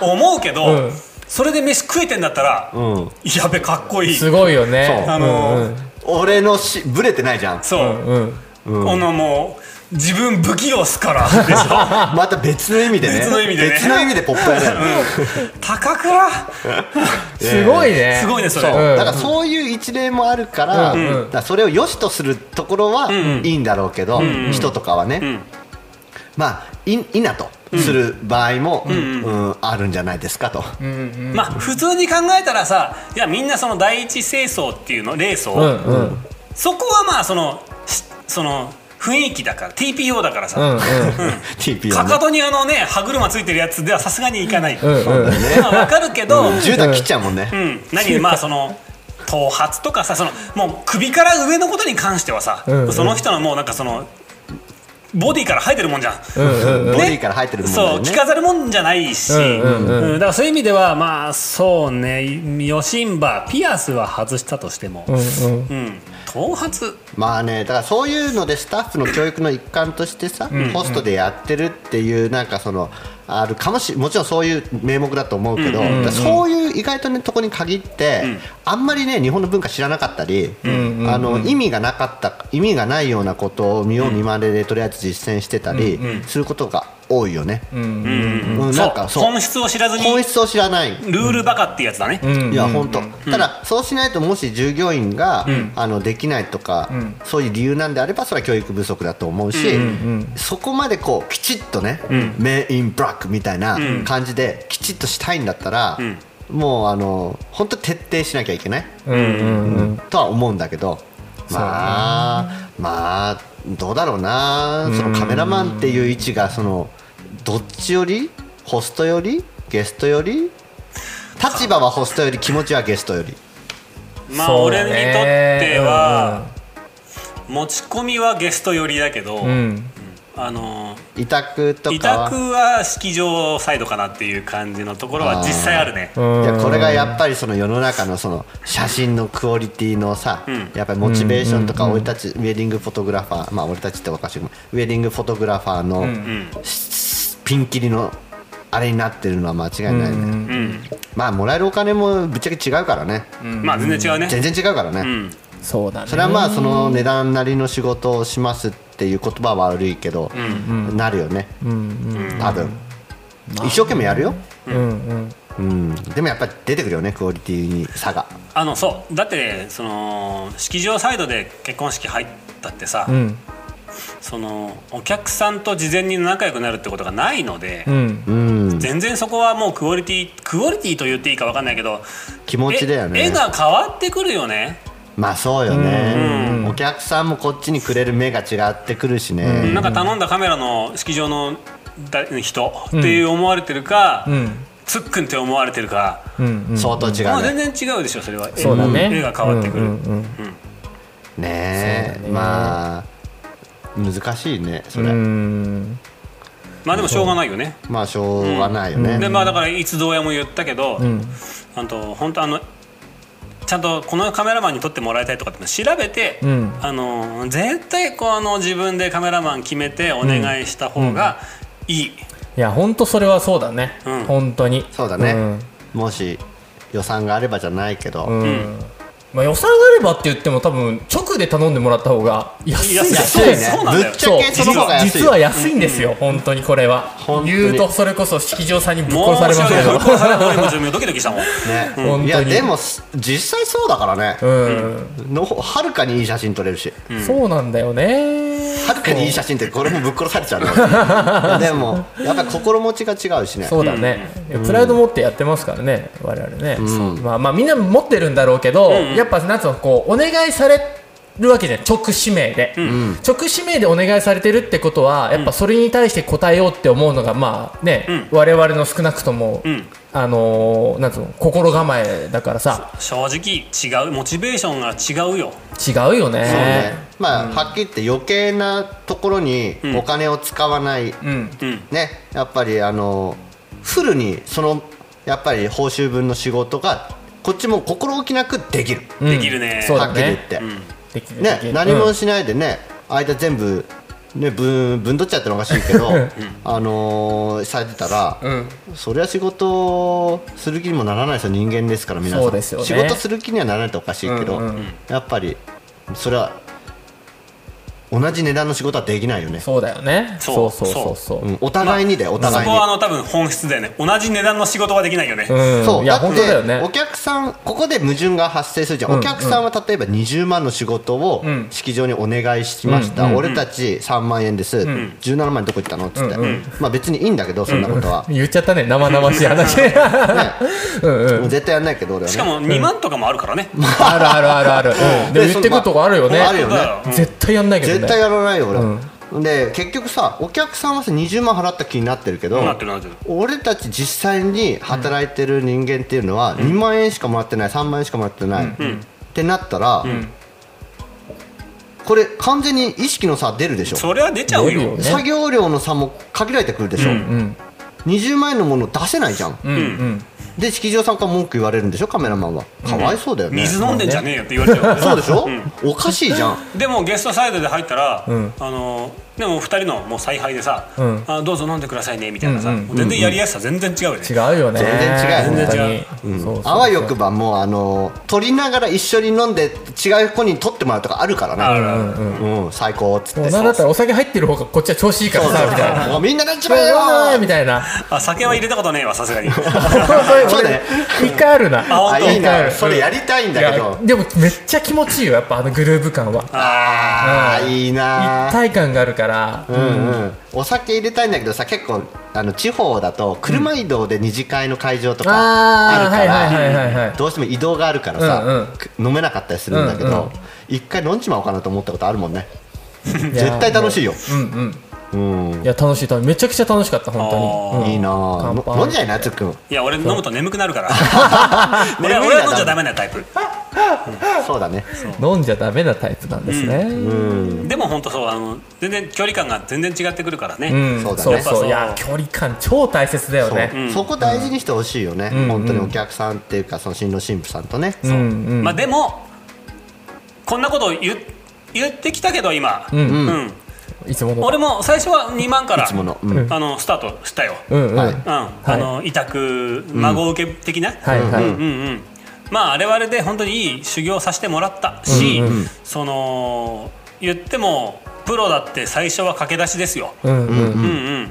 Speaker 4: 思うけ
Speaker 2: う
Speaker 4: ど
Speaker 2: ん
Speaker 4: それで飯食えてんだったら
Speaker 3: うん
Speaker 4: やべかっこいい
Speaker 2: すごいよね
Speaker 3: そう
Speaker 4: あのー
Speaker 3: 俺のしブレてないじゃん
Speaker 4: そう
Speaker 2: うんうん
Speaker 4: このもう自分不器用っすからでし ょ
Speaker 3: また別の意味でね
Speaker 4: 別の意味でね
Speaker 3: 別の意味でポップやる、
Speaker 4: 高倉
Speaker 2: すごいね
Speaker 4: すごいねそ
Speaker 3: そう
Speaker 4: れ
Speaker 2: ん
Speaker 3: だからそういう一例もあるから,、
Speaker 2: うんうん
Speaker 3: だからそれを良しとするところはいいんだろうけど、人とかはね、
Speaker 4: ん
Speaker 3: まあいいなとする場合も、うんあるんじゃないですかと、
Speaker 4: まあ普通に考えたらさいやみんなその第一清掃っていうの霊
Speaker 2: う
Speaker 4: 層
Speaker 2: んうん
Speaker 4: そこはまあそのしその雰囲気だから TPO だから
Speaker 2: うん
Speaker 4: さ
Speaker 2: うん
Speaker 3: TP は
Speaker 4: か
Speaker 3: ね
Speaker 4: かとにあのね歯車ついてるやつではさすがにいかない
Speaker 2: うんうん
Speaker 4: まあわかるけど
Speaker 3: 10段切っちゃうもんね、
Speaker 4: うん、何まあその頭髪とかさそのもう首から上のことに関してはさ、
Speaker 2: うんうん
Speaker 4: その人のもうなんかそのボディから生えてるもんじゃん。
Speaker 2: うんうん
Speaker 3: ボディから入ってるもんだ
Speaker 4: そ
Speaker 3: よ
Speaker 4: う
Speaker 3: ね
Speaker 4: 着飾るもんじゃないし、
Speaker 2: うんうんうん
Speaker 4: だからそういう意味ではまあそうねヨシンバピアスは外したとしても、
Speaker 2: うんうん
Speaker 4: うん、頭髪
Speaker 3: まあねだからそういうのでスタッフの教育の一環としてさ、ホストでやってるっていうなんかそのあるかもしもちろんそういう名目だと思うけど、だからそういう意外とねとこに限って、あんまりね日本の文化知らなかったり、あの意味がなかった意味がないようなことを見よう見まねでとりあえず実践してたりすることが多いよね。うんなんかそう
Speaker 4: 本質を知らずに
Speaker 3: 本質を知らない
Speaker 4: ルールバカってやつだね、
Speaker 3: いや本当、ただそうしないともし従業員が、あのできないとか、そういう理由なんであればそれは教育不足だと思うし、そこまでこうきちっとね、メインブラックみたいな感じできちっとしたいんだったら、もうあの本当徹底しなきゃいけない、とは思うんだけどまあ、まあどうだろうなそのカメラマンっていう位置がそのどっちよりホストよりゲストより立場はホストより気持ちはゲストより
Speaker 4: まあ
Speaker 2: そう
Speaker 4: 俺
Speaker 2: だ
Speaker 4: に
Speaker 2: ね
Speaker 4: とっては、持ち込みはゲスト寄りだけど、
Speaker 2: うん
Speaker 4: あの
Speaker 3: 委託と
Speaker 4: 委
Speaker 3: かは
Speaker 4: 託は式場サイドかなっていう感じのところは実際あるね
Speaker 2: うん
Speaker 3: いやこれがやっぱりその世の中のその写真のクオリティのさ、
Speaker 4: ん
Speaker 3: やっぱりモチベーションとか俺たちウェディングフォトグラファーまあ俺たちっておかしいけどウェディングフォトグラファーの
Speaker 4: うん
Speaker 3: ピンキリのあれになってるのは間違いないね、
Speaker 4: うん、
Speaker 3: まあもらえるお金もぶっちゃけ違うからね、
Speaker 4: まあ全然違うね
Speaker 3: 全然違うからね、
Speaker 4: うん
Speaker 2: そうだね
Speaker 3: それはまあその値段なりの仕事をしますっていう言葉は悪いけど、なるよね、多分、一生懸命やるよ、
Speaker 2: うんうん
Speaker 3: うん、でもやっぱり出てくるよねクオリティに差が
Speaker 4: あのそうだってその式場サイドで結婚式入ったってさ、
Speaker 2: うん
Speaker 4: そのお客さんと事前に仲良くなるってことがないので、
Speaker 2: うん
Speaker 3: うん
Speaker 4: 全然そこはもうクオリティクオリティと言っていいか分かんないけど
Speaker 3: 気持ちだよ
Speaker 4: え
Speaker 3: ね
Speaker 4: 絵が変わってくるよね
Speaker 3: まあそうよねお客さんもこっちにくれる目が違ってくるしね
Speaker 4: なんか頼んだカメラの式場のだ人っていう思われてるか、
Speaker 2: うん
Speaker 4: つっくんって思われてるか、
Speaker 2: うんうん
Speaker 3: 相当違
Speaker 4: まあ
Speaker 3: うね
Speaker 4: 全然違うでしょそれは
Speaker 2: そうだね
Speaker 4: 絵が変わってくる、
Speaker 2: うんうんうん
Speaker 3: ねえまあ難しいねそうれ
Speaker 2: ん
Speaker 4: まあでもしょうがないよね、
Speaker 3: まあしょうがないよね
Speaker 4: でまあだからいつどうやも言ったけど、
Speaker 2: ん
Speaker 4: あと本当あのちゃんとこのカメラマンに撮ってもらいたいとかっての調べて、
Speaker 2: うん
Speaker 4: あの絶対こうあの自分でカメラマン決めてお願いした方がいい、
Speaker 2: いや本当それはそうだね
Speaker 4: うん
Speaker 2: 本当に
Speaker 3: そうだねもし予算があればじゃないけど、
Speaker 2: うんうんまあ予算があればって言っても多分直で頼んでもらった方が安いんだよ
Speaker 4: 安
Speaker 3: 安いね
Speaker 4: そうなんだ
Speaker 3: ぶ
Speaker 4: よ
Speaker 3: っちゃけその方が安い
Speaker 2: 実は安いんですよ、本当にこれは
Speaker 3: 本当に
Speaker 2: 言うとそれこそ式場さんにぶっ
Speaker 4: もう
Speaker 2: 殺されますけど
Speaker 4: ぶっ殺された俺も自分ドキドキしたもん
Speaker 3: ね
Speaker 2: 本当に
Speaker 3: いやでもす実際そうだからね、
Speaker 2: うん、
Speaker 3: の方はるかにいい写真撮れるし
Speaker 2: そうなんだよね
Speaker 3: はるかにいい写真ってこれもぶっ殺されちゃ うのでもやっぱり心持ちが違うしね
Speaker 2: そうだね、プライド持ってやってますからね我々ね、そうまあまあみんな持ってるんだろうけど、やっぱなんつうのこうお願いされるわけじゃん直指名で、直指名でお願いされてるってことはやっぱそれに対して答えようって思うのがまあね、
Speaker 4: うん
Speaker 2: 我々の少なくとも、
Speaker 4: ん
Speaker 2: あのーなんつうの心構えだからさ
Speaker 4: 正直違うモチベーションが違うよ
Speaker 2: 違うよね
Speaker 3: そうねまあ、はっきり言って余計なところにお金を使わない、
Speaker 2: うん
Speaker 4: うん
Speaker 3: ねやっぱりあのフルにそのやっぱり報酬分の仕事がこっちも心置きなくできる、
Speaker 2: うん
Speaker 4: できるね
Speaker 2: そう
Speaker 3: は
Speaker 2: だ
Speaker 3: っきり言っ
Speaker 2: ね
Speaker 3: て、
Speaker 2: できるでき
Speaker 3: ね
Speaker 2: る
Speaker 3: 何
Speaker 2: う
Speaker 3: も
Speaker 2: ん
Speaker 3: しないでね間全部ねぶんぶんどっちゃってのおかしいけど、 あのーされてたら、
Speaker 2: うん
Speaker 3: そりゃ仕事する気にもならないですよ人間ですから皆さん
Speaker 2: そうですよね
Speaker 3: 仕事する気にはならないとおかしいけど、
Speaker 2: うんうんう
Speaker 3: やっぱりそれは同じ値段の仕事はできないよね、
Speaker 2: そうだよね
Speaker 4: そ
Speaker 2: そううそうそうそう
Speaker 3: うん、お互いにで、お
Speaker 4: そ
Speaker 3: 互い
Speaker 4: こ
Speaker 3: に
Speaker 4: はあの多分本質だよね同じ値段の仕事はできないよね、
Speaker 2: うん
Speaker 3: そう
Speaker 2: いや
Speaker 3: だっ
Speaker 2: 本
Speaker 3: て
Speaker 2: 当だよね
Speaker 3: お客さんここで矛盾が発生するじゃん、
Speaker 2: うん
Speaker 3: お客さんは例えば20万の仕事を
Speaker 2: ん
Speaker 3: 式場にお願いしました、
Speaker 2: うんうん
Speaker 3: 俺たち3万円です、17万円どこ行ったのっつって、
Speaker 2: うんう
Speaker 3: まあ、別にいいんだけどそんなことは、
Speaker 2: 言っちゃったね生々しい 話あ
Speaker 3: ね
Speaker 2: ん
Speaker 3: もう絶対やんないけど俺は、ね、
Speaker 4: しかも2万とかもあるからね、
Speaker 2: るあるあるある、うんでも
Speaker 3: で
Speaker 2: 言ってくるとこあるよね
Speaker 3: まああるよね
Speaker 4: うん
Speaker 2: 絶対やんないけどね
Speaker 3: 絶対やらないよ俺は、で結局さお客さんはさ20万払った気になってるけど、
Speaker 4: なってるなってる
Speaker 3: 俺たち実際に働いてる人間っていうのは2万円しかもらってない3万円しかもらってない、ってなったら、これ完全に意識の差出るでしょ、
Speaker 4: それは出ちゃう
Speaker 2: 出る
Speaker 4: よ
Speaker 2: よね
Speaker 3: 作業量の差も限られてくるでしょ、
Speaker 2: うん
Speaker 3: 20万円のもの出せないじゃん、
Speaker 2: うんうん
Speaker 3: で式場さんから文句言われるんでしょカメラマンはかわいそうだよね、
Speaker 4: 水飲んでんじゃねえよって言われちゃうよ ね
Speaker 3: そうでしょ、おかしいじゃん
Speaker 4: でもゲストサイドで入ったら、
Speaker 2: ん
Speaker 4: あのでも2人のもう采配でさ、
Speaker 2: うん
Speaker 4: あどうぞ飲んでくださいねみたいなさ、
Speaker 2: うんうん
Speaker 4: 全然やりやすさ全然違うよね、
Speaker 2: 違うよね
Speaker 3: 全
Speaker 4: 然違う
Speaker 2: 本当にそうそうそう
Speaker 3: あわよくばもうあの取りながら一緒に飲んで違う子に取ってもらうとかあるから
Speaker 4: あ
Speaker 3: ね
Speaker 4: るある
Speaker 3: うん、最高っつっ
Speaker 2: もう
Speaker 3: て
Speaker 2: なんだったらお酒入ってる方がこっちは調子いいからさみたいな
Speaker 3: もうみんななっち
Speaker 2: そ
Speaker 3: ま
Speaker 2: う
Speaker 3: えよ
Speaker 2: だねみ
Speaker 3: い
Speaker 2: たいな
Speaker 4: あ酒は入れたことねえわさ すがに
Speaker 3: そうだね
Speaker 2: 一回あるな
Speaker 4: あ本当
Speaker 3: あいい
Speaker 2: 一回あ
Speaker 3: な
Speaker 2: る
Speaker 3: それやりたいん
Speaker 2: い
Speaker 3: だけ
Speaker 2: や
Speaker 3: ど
Speaker 2: でもめっちゃ気持ちいいよやっぱあのグルーヴ感は
Speaker 3: ああいい
Speaker 2: 一
Speaker 3: な
Speaker 2: 体感があるから
Speaker 3: うんうん、お酒入れたいんだけどさ結構あの地方だと車移動で二次会の会場とかあ
Speaker 2: あ
Speaker 3: る
Speaker 2: あ
Speaker 3: か
Speaker 2: はいはいはい
Speaker 3: ら
Speaker 2: はいはい
Speaker 3: どうしても移動があるからさ、
Speaker 2: うんうん
Speaker 3: く飲めなかったりするんだけど、
Speaker 2: うんうん
Speaker 3: 一回飲んじまおうかなと思ったことあるもんね
Speaker 2: 絶
Speaker 3: 絶対楽しいよ、
Speaker 2: うんうん
Speaker 3: うん、
Speaker 2: いや楽しい楽しいめちゃくちゃ楽しかった本当に、うん
Speaker 3: いいなあ
Speaker 2: 乾杯
Speaker 3: 飲んじゃいなつっくん
Speaker 4: いや俺飲むと眠くなるから
Speaker 3: 眠いん
Speaker 4: 俺
Speaker 3: だ
Speaker 4: は俺は飲んじゃダメなタイプ
Speaker 3: そうだね
Speaker 2: 飲んじゃダメなタイプなんですね、うん
Speaker 4: でも本当そうあの全然距離感が全然違ってくるからね、
Speaker 3: そうだね
Speaker 2: そう
Speaker 4: やっぱそう
Speaker 2: そういや距離感超大切だよ
Speaker 3: そう
Speaker 2: ね
Speaker 3: そこ大事にしてほしいよね
Speaker 2: ん
Speaker 3: 本当にお客さんっていうかその新郎新婦さんとね
Speaker 2: うんうん、
Speaker 4: まあでもこんなことを言言ってきたけど今、
Speaker 2: んうん
Speaker 4: うん
Speaker 2: いつもの
Speaker 4: 俺も最初は2万から
Speaker 3: いつものうん
Speaker 4: あのスタートしたよ、
Speaker 2: うんうん、
Speaker 3: はい
Speaker 4: うんあの委託孫受け的な、
Speaker 2: はいはい、
Speaker 4: うんうん、まああれはあれで本当にいい修行させてもらったし、その言ってもプロだって最初は駆け出しですよ、
Speaker 2: うんうん
Speaker 4: うんうん、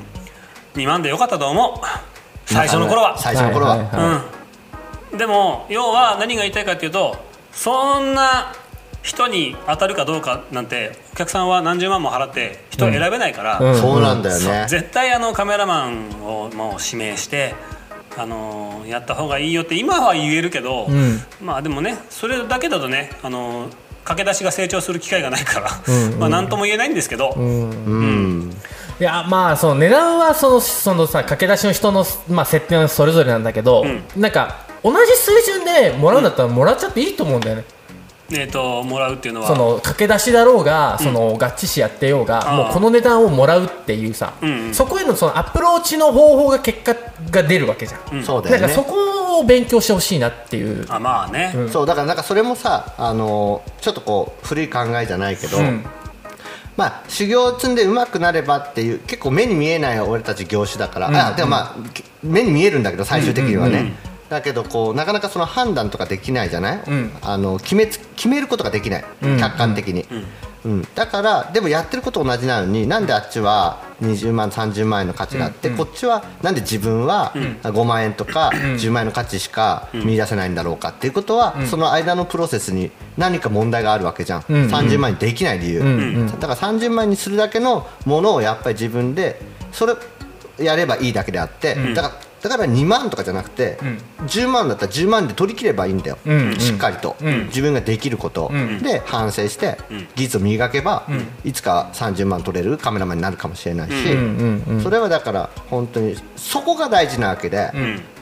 Speaker 4: 2万でよかったと思う最初の頃は、
Speaker 3: 最初の頃は,、
Speaker 2: いいい
Speaker 4: うん、でも要は何が言いたいかというとそんな人に当たるかどうかなんてお客さんは何十万も払って人を選べないから、
Speaker 2: うんうん
Speaker 3: そうなんだよね、
Speaker 4: 絶対あのカメラマンをもう指名して、あのーやった方がいいよって今は言えるけど、
Speaker 2: ん
Speaker 4: まあでもねそれだけだとね、あのー駆け出しが成長する機会がないから、まあ何とも言えないんですけど、
Speaker 2: いやまあその値段はそのそのさ駆け出しの人の、まあ、設定はそれぞれなんだけど、
Speaker 4: ん
Speaker 2: なんか同じ水準でもらうんだったらもらっちゃっていいと思うんだよね、
Speaker 4: えー、ともらうっていうのは
Speaker 2: その駆け出しだろうがそのガッチしやってようが、
Speaker 4: あー
Speaker 2: もうこの値段をもらうっていうさ、
Speaker 4: んうん
Speaker 2: そこへのそのアプローチの方法が結果が出るわけじゃん、
Speaker 3: そうだ
Speaker 2: なんか
Speaker 3: よね
Speaker 2: そこを勉強してほしいなっていう
Speaker 4: あまあね、
Speaker 3: そうだからなんかそれもさあのーちょっとこう古い考えじゃないけど、
Speaker 2: うん
Speaker 3: まあ修行を積んで上手くなればっていう結構目に見えない俺たち業種だから、あでもまあ目に見えるんだけど最終的にはね、だけどこうなかなかその判断とかできないじゃない、
Speaker 2: ん
Speaker 3: あの決めつ決めることができない、客観的に、うんだからでもやってること同じなのになんであっちは20万30万円の価値があって、こっちはなんで自分は5万円とか10万円の価値しか見出せないんだろうかっていうことは、その間のプロセスに何か問題があるわけじゃん、
Speaker 2: ん
Speaker 3: 30万円にできない理由、だから30万円にするだけのものをやっぱり自分でそれやればいいだけであって、だからだから2万とかじゃなくて、10万だったら10万で取り切ればいいんだよ、
Speaker 2: ん
Speaker 3: しっかりと、自分ができること、で反省して、技術を磨けば、いつか30万取れるカメラマンになるかもしれないし、それはだから本当にそこが大事なわけで、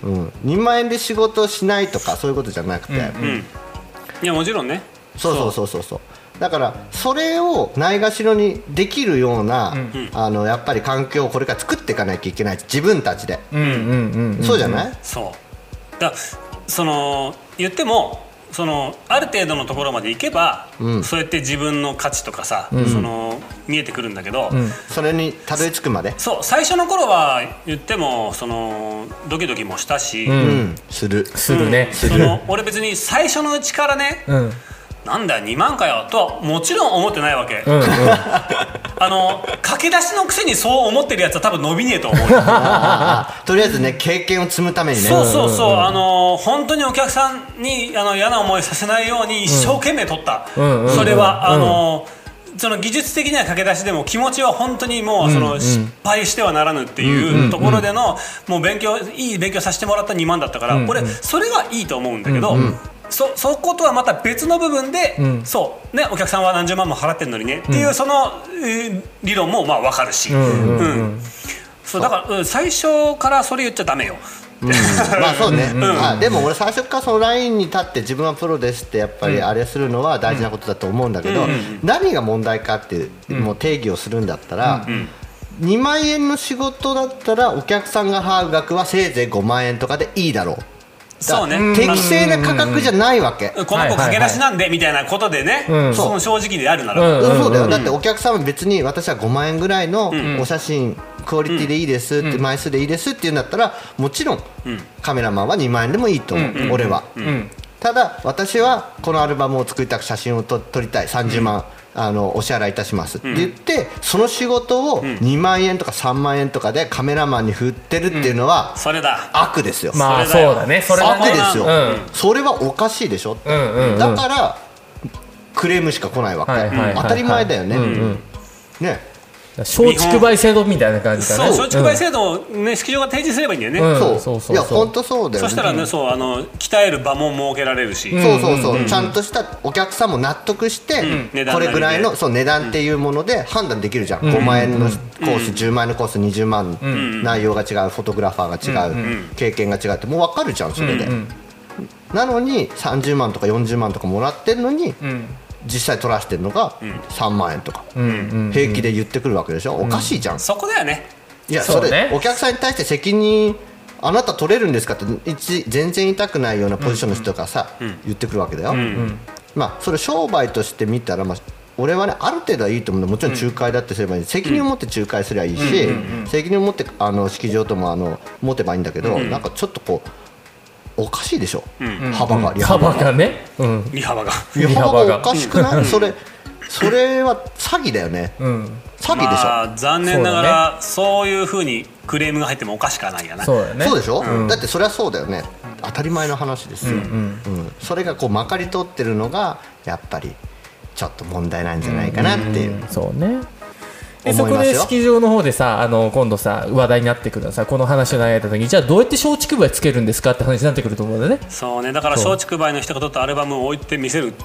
Speaker 3: うん2万円で仕事をしないとかそういうことじゃなくて、
Speaker 4: うんいやもちろんね
Speaker 3: そうそうそうそうそうだからそれをないがしろにできるような、あのやっぱり環境をこれから作っていかなきゃいけない自分たちで、そうじゃない、
Speaker 4: そうだその言ってもそのある程度のところまで行けば、
Speaker 3: うん
Speaker 4: そうやって自分の価値とかさ、その見えてくるんだけど、
Speaker 3: それにたどり着くまで、
Speaker 4: そう最初の頃は言ってもそのドキドキもしたし、
Speaker 3: うんす る
Speaker 2: するね。
Speaker 4: その俺別に最初のうちからね、
Speaker 2: うん。うん。
Speaker 4: なんだよ2万かよとはもちろん思ってないわけ、
Speaker 2: うん。
Speaker 4: あの駆け出しのくせにそう思ってるやつは多分伸びねえと思うよ
Speaker 3: ああとりあえずね経験を積むためにね
Speaker 4: そうそうそう、あの本当にお客さんにあの嫌な思いさせないように一生懸命取った、
Speaker 2: うんうん
Speaker 4: それは、
Speaker 2: うん
Speaker 4: あのその技術的には駆け出しでも気持ちは本当にもうその失敗してはならぬっていうところでのもう勉強いい勉強させてもらった2万だったから、
Speaker 2: うんうん
Speaker 4: 俺それはいいと思うんだけど、そそことはまた別の部分で、
Speaker 2: ん
Speaker 4: そうねお客さんは何十万も払ってるのにねっていうその、えー理論もまあわかるし、
Speaker 2: んうんうん
Speaker 4: うんそうだから、うん最初からそれ言っちゃダメよ。
Speaker 3: まあそうね、
Speaker 4: ん
Speaker 3: あでも俺最初からそのラインに立って自分はプロですってやっぱりあれするのは大事なことだと思うんだけど、何が問題かっていうもう定義をするんだったら、2万円の仕事だったらお客さんが払う額はせいぜい5万円とかでいいだろうだ
Speaker 4: そうね
Speaker 3: 適正な価格じゃないわけ、
Speaker 4: この子駆け出しなんでみたいなことでね、
Speaker 2: うん
Speaker 4: その正直であるな
Speaker 2: う
Speaker 4: ら、
Speaker 2: ん
Speaker 3: そうだよだってお客さんは別に私は5万円ぐらいのお写真クオリティでいいですって枚数でいいですって言うんだったらもちろんカメラマンは2万円でもいいと思う俺は
Speaker 2: ん
Speaker 3: ただ私はこのアルバムを作りたく写真をと撮りたい30万あのお支払いいたしますって言ってその仕事を2万円とか3万円とかでカメラマンに振ってるっていうのは
Speaker 4: それだ。
Speaker 3: 悪ですよ
Speaker 2: まあ、
Speaker 4: そ
Speaker 2: そ
Speaker 4: れだよ
Speaker 2: うだね。それだ
Speaker 3: 悪
Speaker 2: ね。
Speaker 3: ですよ
Speaker 2: うん
Speaker 3: それはおかしいでしょって
Speaker 2: うんうんうん
Speaker 3: だからクレームしか来ないわけ
Speaker 2: はいはいはいはい
Speaker 3: 当たり前だよねね
Speaker 2: 松竹梅制度みたいな感じだ
Speaker 4: そう
Speaker 2: ね。
Speaker 4: 松竹梅制度を、ね、式場が提示すればいいんだよね、
Speaker 2: うん
Speaker 3: そう
Speaker 2: そうそうそう
Speaker 3: いや本当そうだよ
Speaker 4: そ
Speaker 3: ね
Speaker 4: したらねそうあの鍛える場も設けられるし、
Speaker 3: そうそうそう、ちゃんとしたお客さんも納得して、
Speaker 4: 値段なりね
Speaker 3: これぐらいのそう値段っていうもので判断できるじゃん、5万円のコース、10万円のコース20万、内容が違うフォトグラファーが違う、経験が違うってもう分かるじゃんそれで、なのに30万とか40万とかもらってるのに、実際取らせてるのが3万円とか、平気で言ってくるわけでしょおかしいじゃん、
Speaker 4: そこだよね
Speaker 3: いや
Speaker 2: そ
Speaker 3: そう
Speaker 2: ね
Speaker 3: れ、お客さんに対して責任あなた取れるんですかって一全然痛くないようなポジションの人がさ、言ってくるわけだよ、まあ、それ商売として見たら、まあ、俺はねある程度はいいと思うんだもちろん仲介だってすればいい、責任を持って仲介すればいいし、責任を持ってあの式場ともあの持てばいいんだけど、なんかちょっとこうおかしいでしょ、幅が利
Speaker 2: 幅がね。うん。
Speaker 4: 利幅が。
Speaker 3: 利
Speaker 2: 利幅
Speaker 3: 幅
Speaker 2: が
Speaker 3: がおかしくない、それそれは詐欺だよね、
Speaker 2: うん。
Speaker 3: 詐欺でしょ、
Speaker 4: まあ残念ながらそう,、いうふうにクレームが入ってもおかしくはないやな。
Speaker 2: そうだね。
Speaker 3: そうでしょ、だってそれはそうだよね当たり前の話ですよ、うんそれがこうまかり通ってるのがやっぱりちょっと問題なんじゃないかなっていう、
Speaker 2: そうね。でそ
Speaker 3: 思い
Speaker 2: こ
Speaker 3: ます
Speaker 2: で
Speaker 3: よ
Speaker 2: 式場の方でさあの今度さ話題になってくるのはさこの話を投げた時にじゃあどうやって松竹梅つけるんですかって話になってくると思うんだよね
Speaker 4: そうねだから
Speaker 2: そう
Speaker 4: 松竹梅の一言とアルバムを置いて見せるって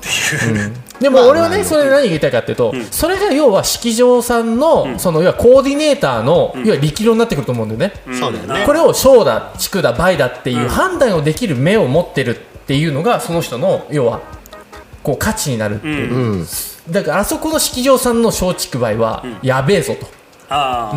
Speaker 4: いう、
Speaker 2: でも俺は
Speaker 3: まあま
Speaker 2: ね
Speaker 3: あ
Speaker 2: それで何が言いたいかっていうとそれが要は式場さんのその要はコーディネーターの要は力量になってくると思うんだよね
Speaker 3: そうだよね
Speaker 2: これを小だ竹だ倍だっていう判断をできる目を持ってるっていうのがその人の要はこう価値にな るっていううんだからあそこの式場さんの松竹梅はやべえぞと。
Speaker 4: ああ、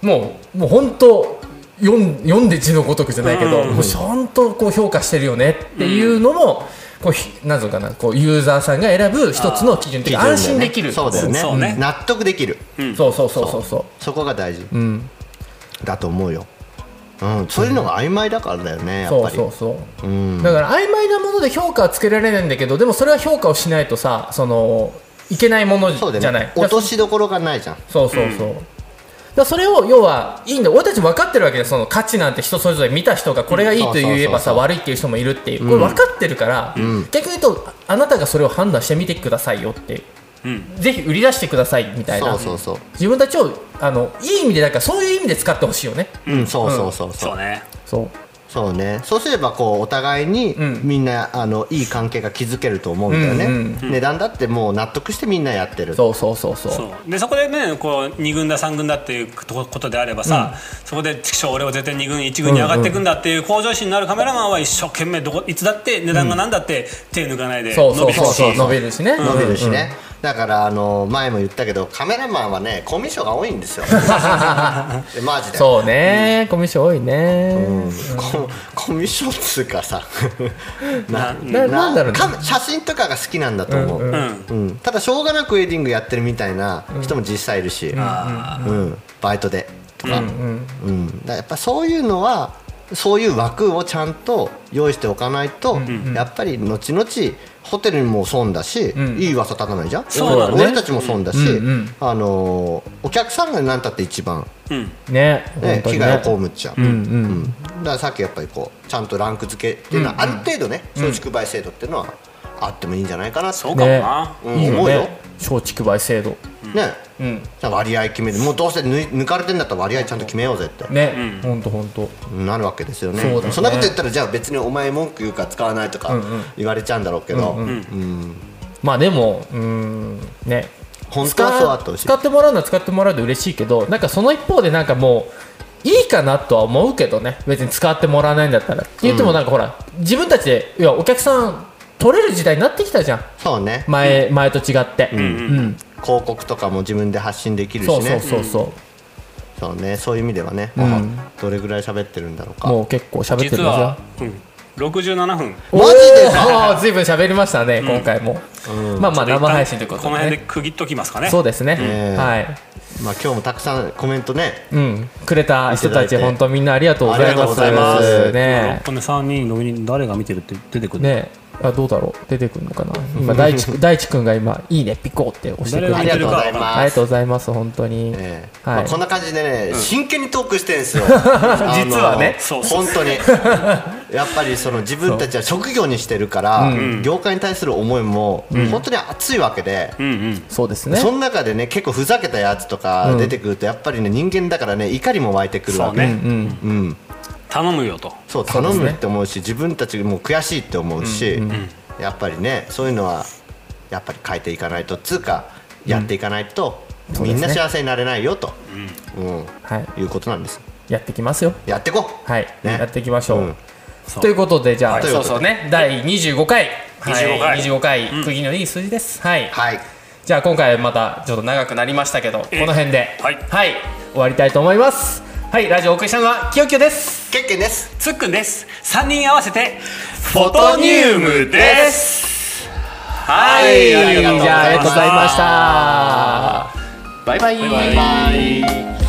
Speaker 2: もうもう本当読ん読んで字のごとくじゃないけど、
Speaker 4: うん
Speaker 2: もうちゃんとこう評価してるよねっていうのも、こうひなんぞかなこうユーザーさんが選ぶ一つの基準というか安心できる
Speaker 3: そうだよね
Speaker 4: そうね
Speaker 3: 納得できる、
Speaker 2: そうそうそうそうそう
Speaker 3: そこが大事
Speaker 2: うん
Speaker 3: だと思うよ、うん、そういうのが曖昧だからだよねやっ
Speaker 2: そ
Speaker 3: ぱ
Speaker 2: う
Speaker 3: り
Speaker 2: そうそう、
Speaker 3: ん
Speaker 2: だから曖昧なもので評価はつけられないんだけどでもそれは評価をしないとさそのいけないものじ
Speaker 3: そうだ
Speaker 2: ゃ
Speaker 3: よ
Speaker 2: ない
Speaker 3: ね落としどころがないじゃん
Speaker 2: そうそうそう、だからそれを要はいいんだ俺たち分かってるわけでその価値なんて人それぞれ見た人がこれがいいと言えばさ
Speaker 3: うんそ
Speaker 2: 悪いっていう人もいるっていう、これ分かってるから、逆に言うとあなたがそれを判断してみてくださいよって、
Speaker 4: ん
Speaker 2: ぜひ売り出してくださいみたいな
Speaker 3: そうそうそう
Speaker 2: 自分たちをあのいい意味でだからそういう意味で使ってほしいよね、
Speaker 3: うんそうそうそうそう
Speaker 4: そうね
Speaker 2: そう
Speaker 3: そうねそうすればこうお互いに
Speaker 2: ん
Speaker 3: みんな、あのいい関係が築けると思うんだよね、
Speaker 2: うん
Speaker 3: 値段だってもう納得してみんなやってる
Speaker 2: そうそうそうそう
Speaker 4: そうでそこでねこう2軍だ3軍だっていうことであればさ、そこで「ちくしょう俺は絶対2軍1軍に上がっていくんだ」っていう向上心のあるカメラマンは一生懸命どこいつだって値段が何だって手抜かないで
Speaker 2: そう
Speaker 4: 伸
Speaker 2: そう
Speaker 4: びる
Speaker 2: そう
Speaker 4: し
Speaker 2: そう伸びるしね
Speaker 3: 伸びるしね、だからあの前も言ったけどカメラマンはねコミュ障が多いん ですよでマジで
Speaker 2: そうねコミュ障多いね
Speaker 3: ココミュ障っつう かさな
Speaker 2: ななんだろうね
Speaker 3: か写真とかが好きなんだと思う、うん
Speaker 4: うん
Speaker 3: ただしょうがなくウェディングやってるみたいな人も実際いるし、うん
Speaker 4: あ
Speaker 3: バイトでとか,、うんだからやっぱそういうのはそういう枠をちゃんと用意しておかないと、やっぱり後々ホテルにも損だし、
Speaker 2: ん
Speaker 3: いい噂立たないじゃん
Speaker 4: そうだね
Speaker 3: 俺たちも損だし、
Speaker 2: うんうん
Speaker 3: あのーお客さんが何たって一番、
Speaker 4: うん
Speaker 2: ね本
Speaker 3: ね、
Speaker 2: 当
Speaker 3: 被
Speaker 2: に
Speaker 3: 害
Speaker 2: ね
Speaker 3: を被っちゃう、
Speaker 2: うんうん
Speaker 3: だからさっきやっぱりこうちゃんとランク付けっていうのはある程度ね松竹梅制度っていうのはあってもいいんじゃないかなと
Speaker 4: そう
Speaker 3: ね
Speaker 4: かもな、
Speaker 3: うん
Speaker 2: いい
Speaker 3: 思
Speaker 2: よ
Speaker 3: うよ
Speaker 2: ね松竹梅制度うん
Speaker 3: 割合決めてもうどうせ抜抜かれてんだったら割合ちゃんと決めようぜって
Speaker 2: ね本当本当
Speaker 3: なるわけですよね
Speaker 2: そうだね
Speaker 3: んなこと言ったらじゃあ別にお前文句言うか使わないとか言われちゃうんだろうけど、うん
Speaker 2: まあでもうーんね
Speaker 3: 本当はそうあってほしい
Speaker 2: 使ってもらうのは使ってもらうで嬉しいけどなんかその一方でなんかもういいかなとは思うけどね別に使ってもらわないんだったらって言ってもなんかほら、自分たちでいやお客さん取れる時代になってきたじゃん
Speaker 3: そうね
Speaker 2: 前,、前と違って、うん
Speaker 3: 広告とかも自分で発信できるし
Speaker 2: そうそ
Speaker 3: ね
Speaker 2: うそうそう、
Speaker 3: そうねそういう意味ではね、あどれぐらい喋ってるんだろうか
Speaker 2: もう結構喋ってるんです
Speaker 4: 実
Speaker 2: よ
Speaker 4: は、うん、67分
Speaker 2: おー
Speaker 3: マジで
Speaker 2: おーずいぶん喋りましたね、今回も、まあまあ生配信ということ
Speaker 4: この
Speaker 2: で、
Speaker 4: 辺
Speaker 2: ね
Speaker 4: で、区切っときますかね
Speaker 2: そうですね、
Speaker 3: え
Speaker 2: はい
Speaker 3: まあ、今日もたくさんコメントね
Speaker 2: うん、くれた人た
Speaker 3: いただいて
Speaker 2: ち本当みんなありがとうございます
Speaker 3: ありがとうございます
Speaker 2: ね
Speaker 4: この3人の上に誰が見てるって出てくる、
Speaker 2: ねあどうだろう出てくるの かな今大地くん大地君が今「いいねピコ」って押してくれ
Speaker 4: 誰
Speaker 2: て
Speaker 4: が
Speaker 3: あ
Speaker 4: 見
Speaker 3: り
Speaker 2: る
Speaker 3: がとうござい
Speaker 4: てる
Speaker 3: ます
Speaker 2: ありがとうございます本当に、
Speaker 3: ええ
Speaker 2: はい
Speaker 3: まあ、こんな感じでね、真剣にトークしてるん ですよあの
Speaker 2: 実はね
Speaker 4: そうそう
Speaker 3: 本当に やっぱりその自分たちは職業にしてるから、業界に対する思いも本当に熱いわけで、
Speaker 4: うんうん
Speaker 2: そうですね
Speaker 3: その中でね結構ふざけたやつとか出てくるとやっぱりね人間だからね怒りも湧いてくる
Speaker 4: そ
Speaker 3: わ
Speaker 4: う
Speaker 3: け
Speaker 4: ね、
Speaker 3: うん、
Speaker 4: 頼むよと
Speaker 3: そう頼むって思うし自分たちも悔しいって思うし、やっぱりねそういうのはやっぱり変えていかないとつうかやっていかないと、
Speaker 2: そう
Speaker 3: み
Speaker 2: ですね
Speaker 3: んな幸せになれないよと、うん
Speaker 2: はい
Speaker 3: いうことなんです
Speaker 2: やってきますよ
Speaker 3: やってこう
Speaker 2: はい、
Speaker 3: ね
Speaker 2: やっていきましょう、
Speaker 3: うん
Speaker 4: そう
Speaker 2: ということでじゃあ、
Speaker 4: はい
Speaker 2: そうそうね第25回
Speaker 4: 25
Speaker 2: はい、
Speaker 4: 回
Speaker 2: 25回区切りのいい数字です、はい
Speaker 3: はい
Speaker 2: じゃあ今回またちょっと長くなりましたけどこの辺で
Speaker 4: は
Speaker 2: はい終わりたいと思いますはいラジオをお送りしたのはきよきよです
Speaker 3: けっけんです
Speaker 4: つっくんです3人合わせてフォ
Speaker 2: ト
Speaker 4: ト
Speaker 2: ニ
Speaker 4: ニ
Speaker 2: ウ
Speaker 4: ウ
Speaker 2: ム
Speaker 4: ム
Speaker 2: で
Speaker 4: ですはい
Speaker 2: じゃあありがとうございました
Speaker 4: バイバイ
Speaker 2: バイバイ
Speaker 3: バイ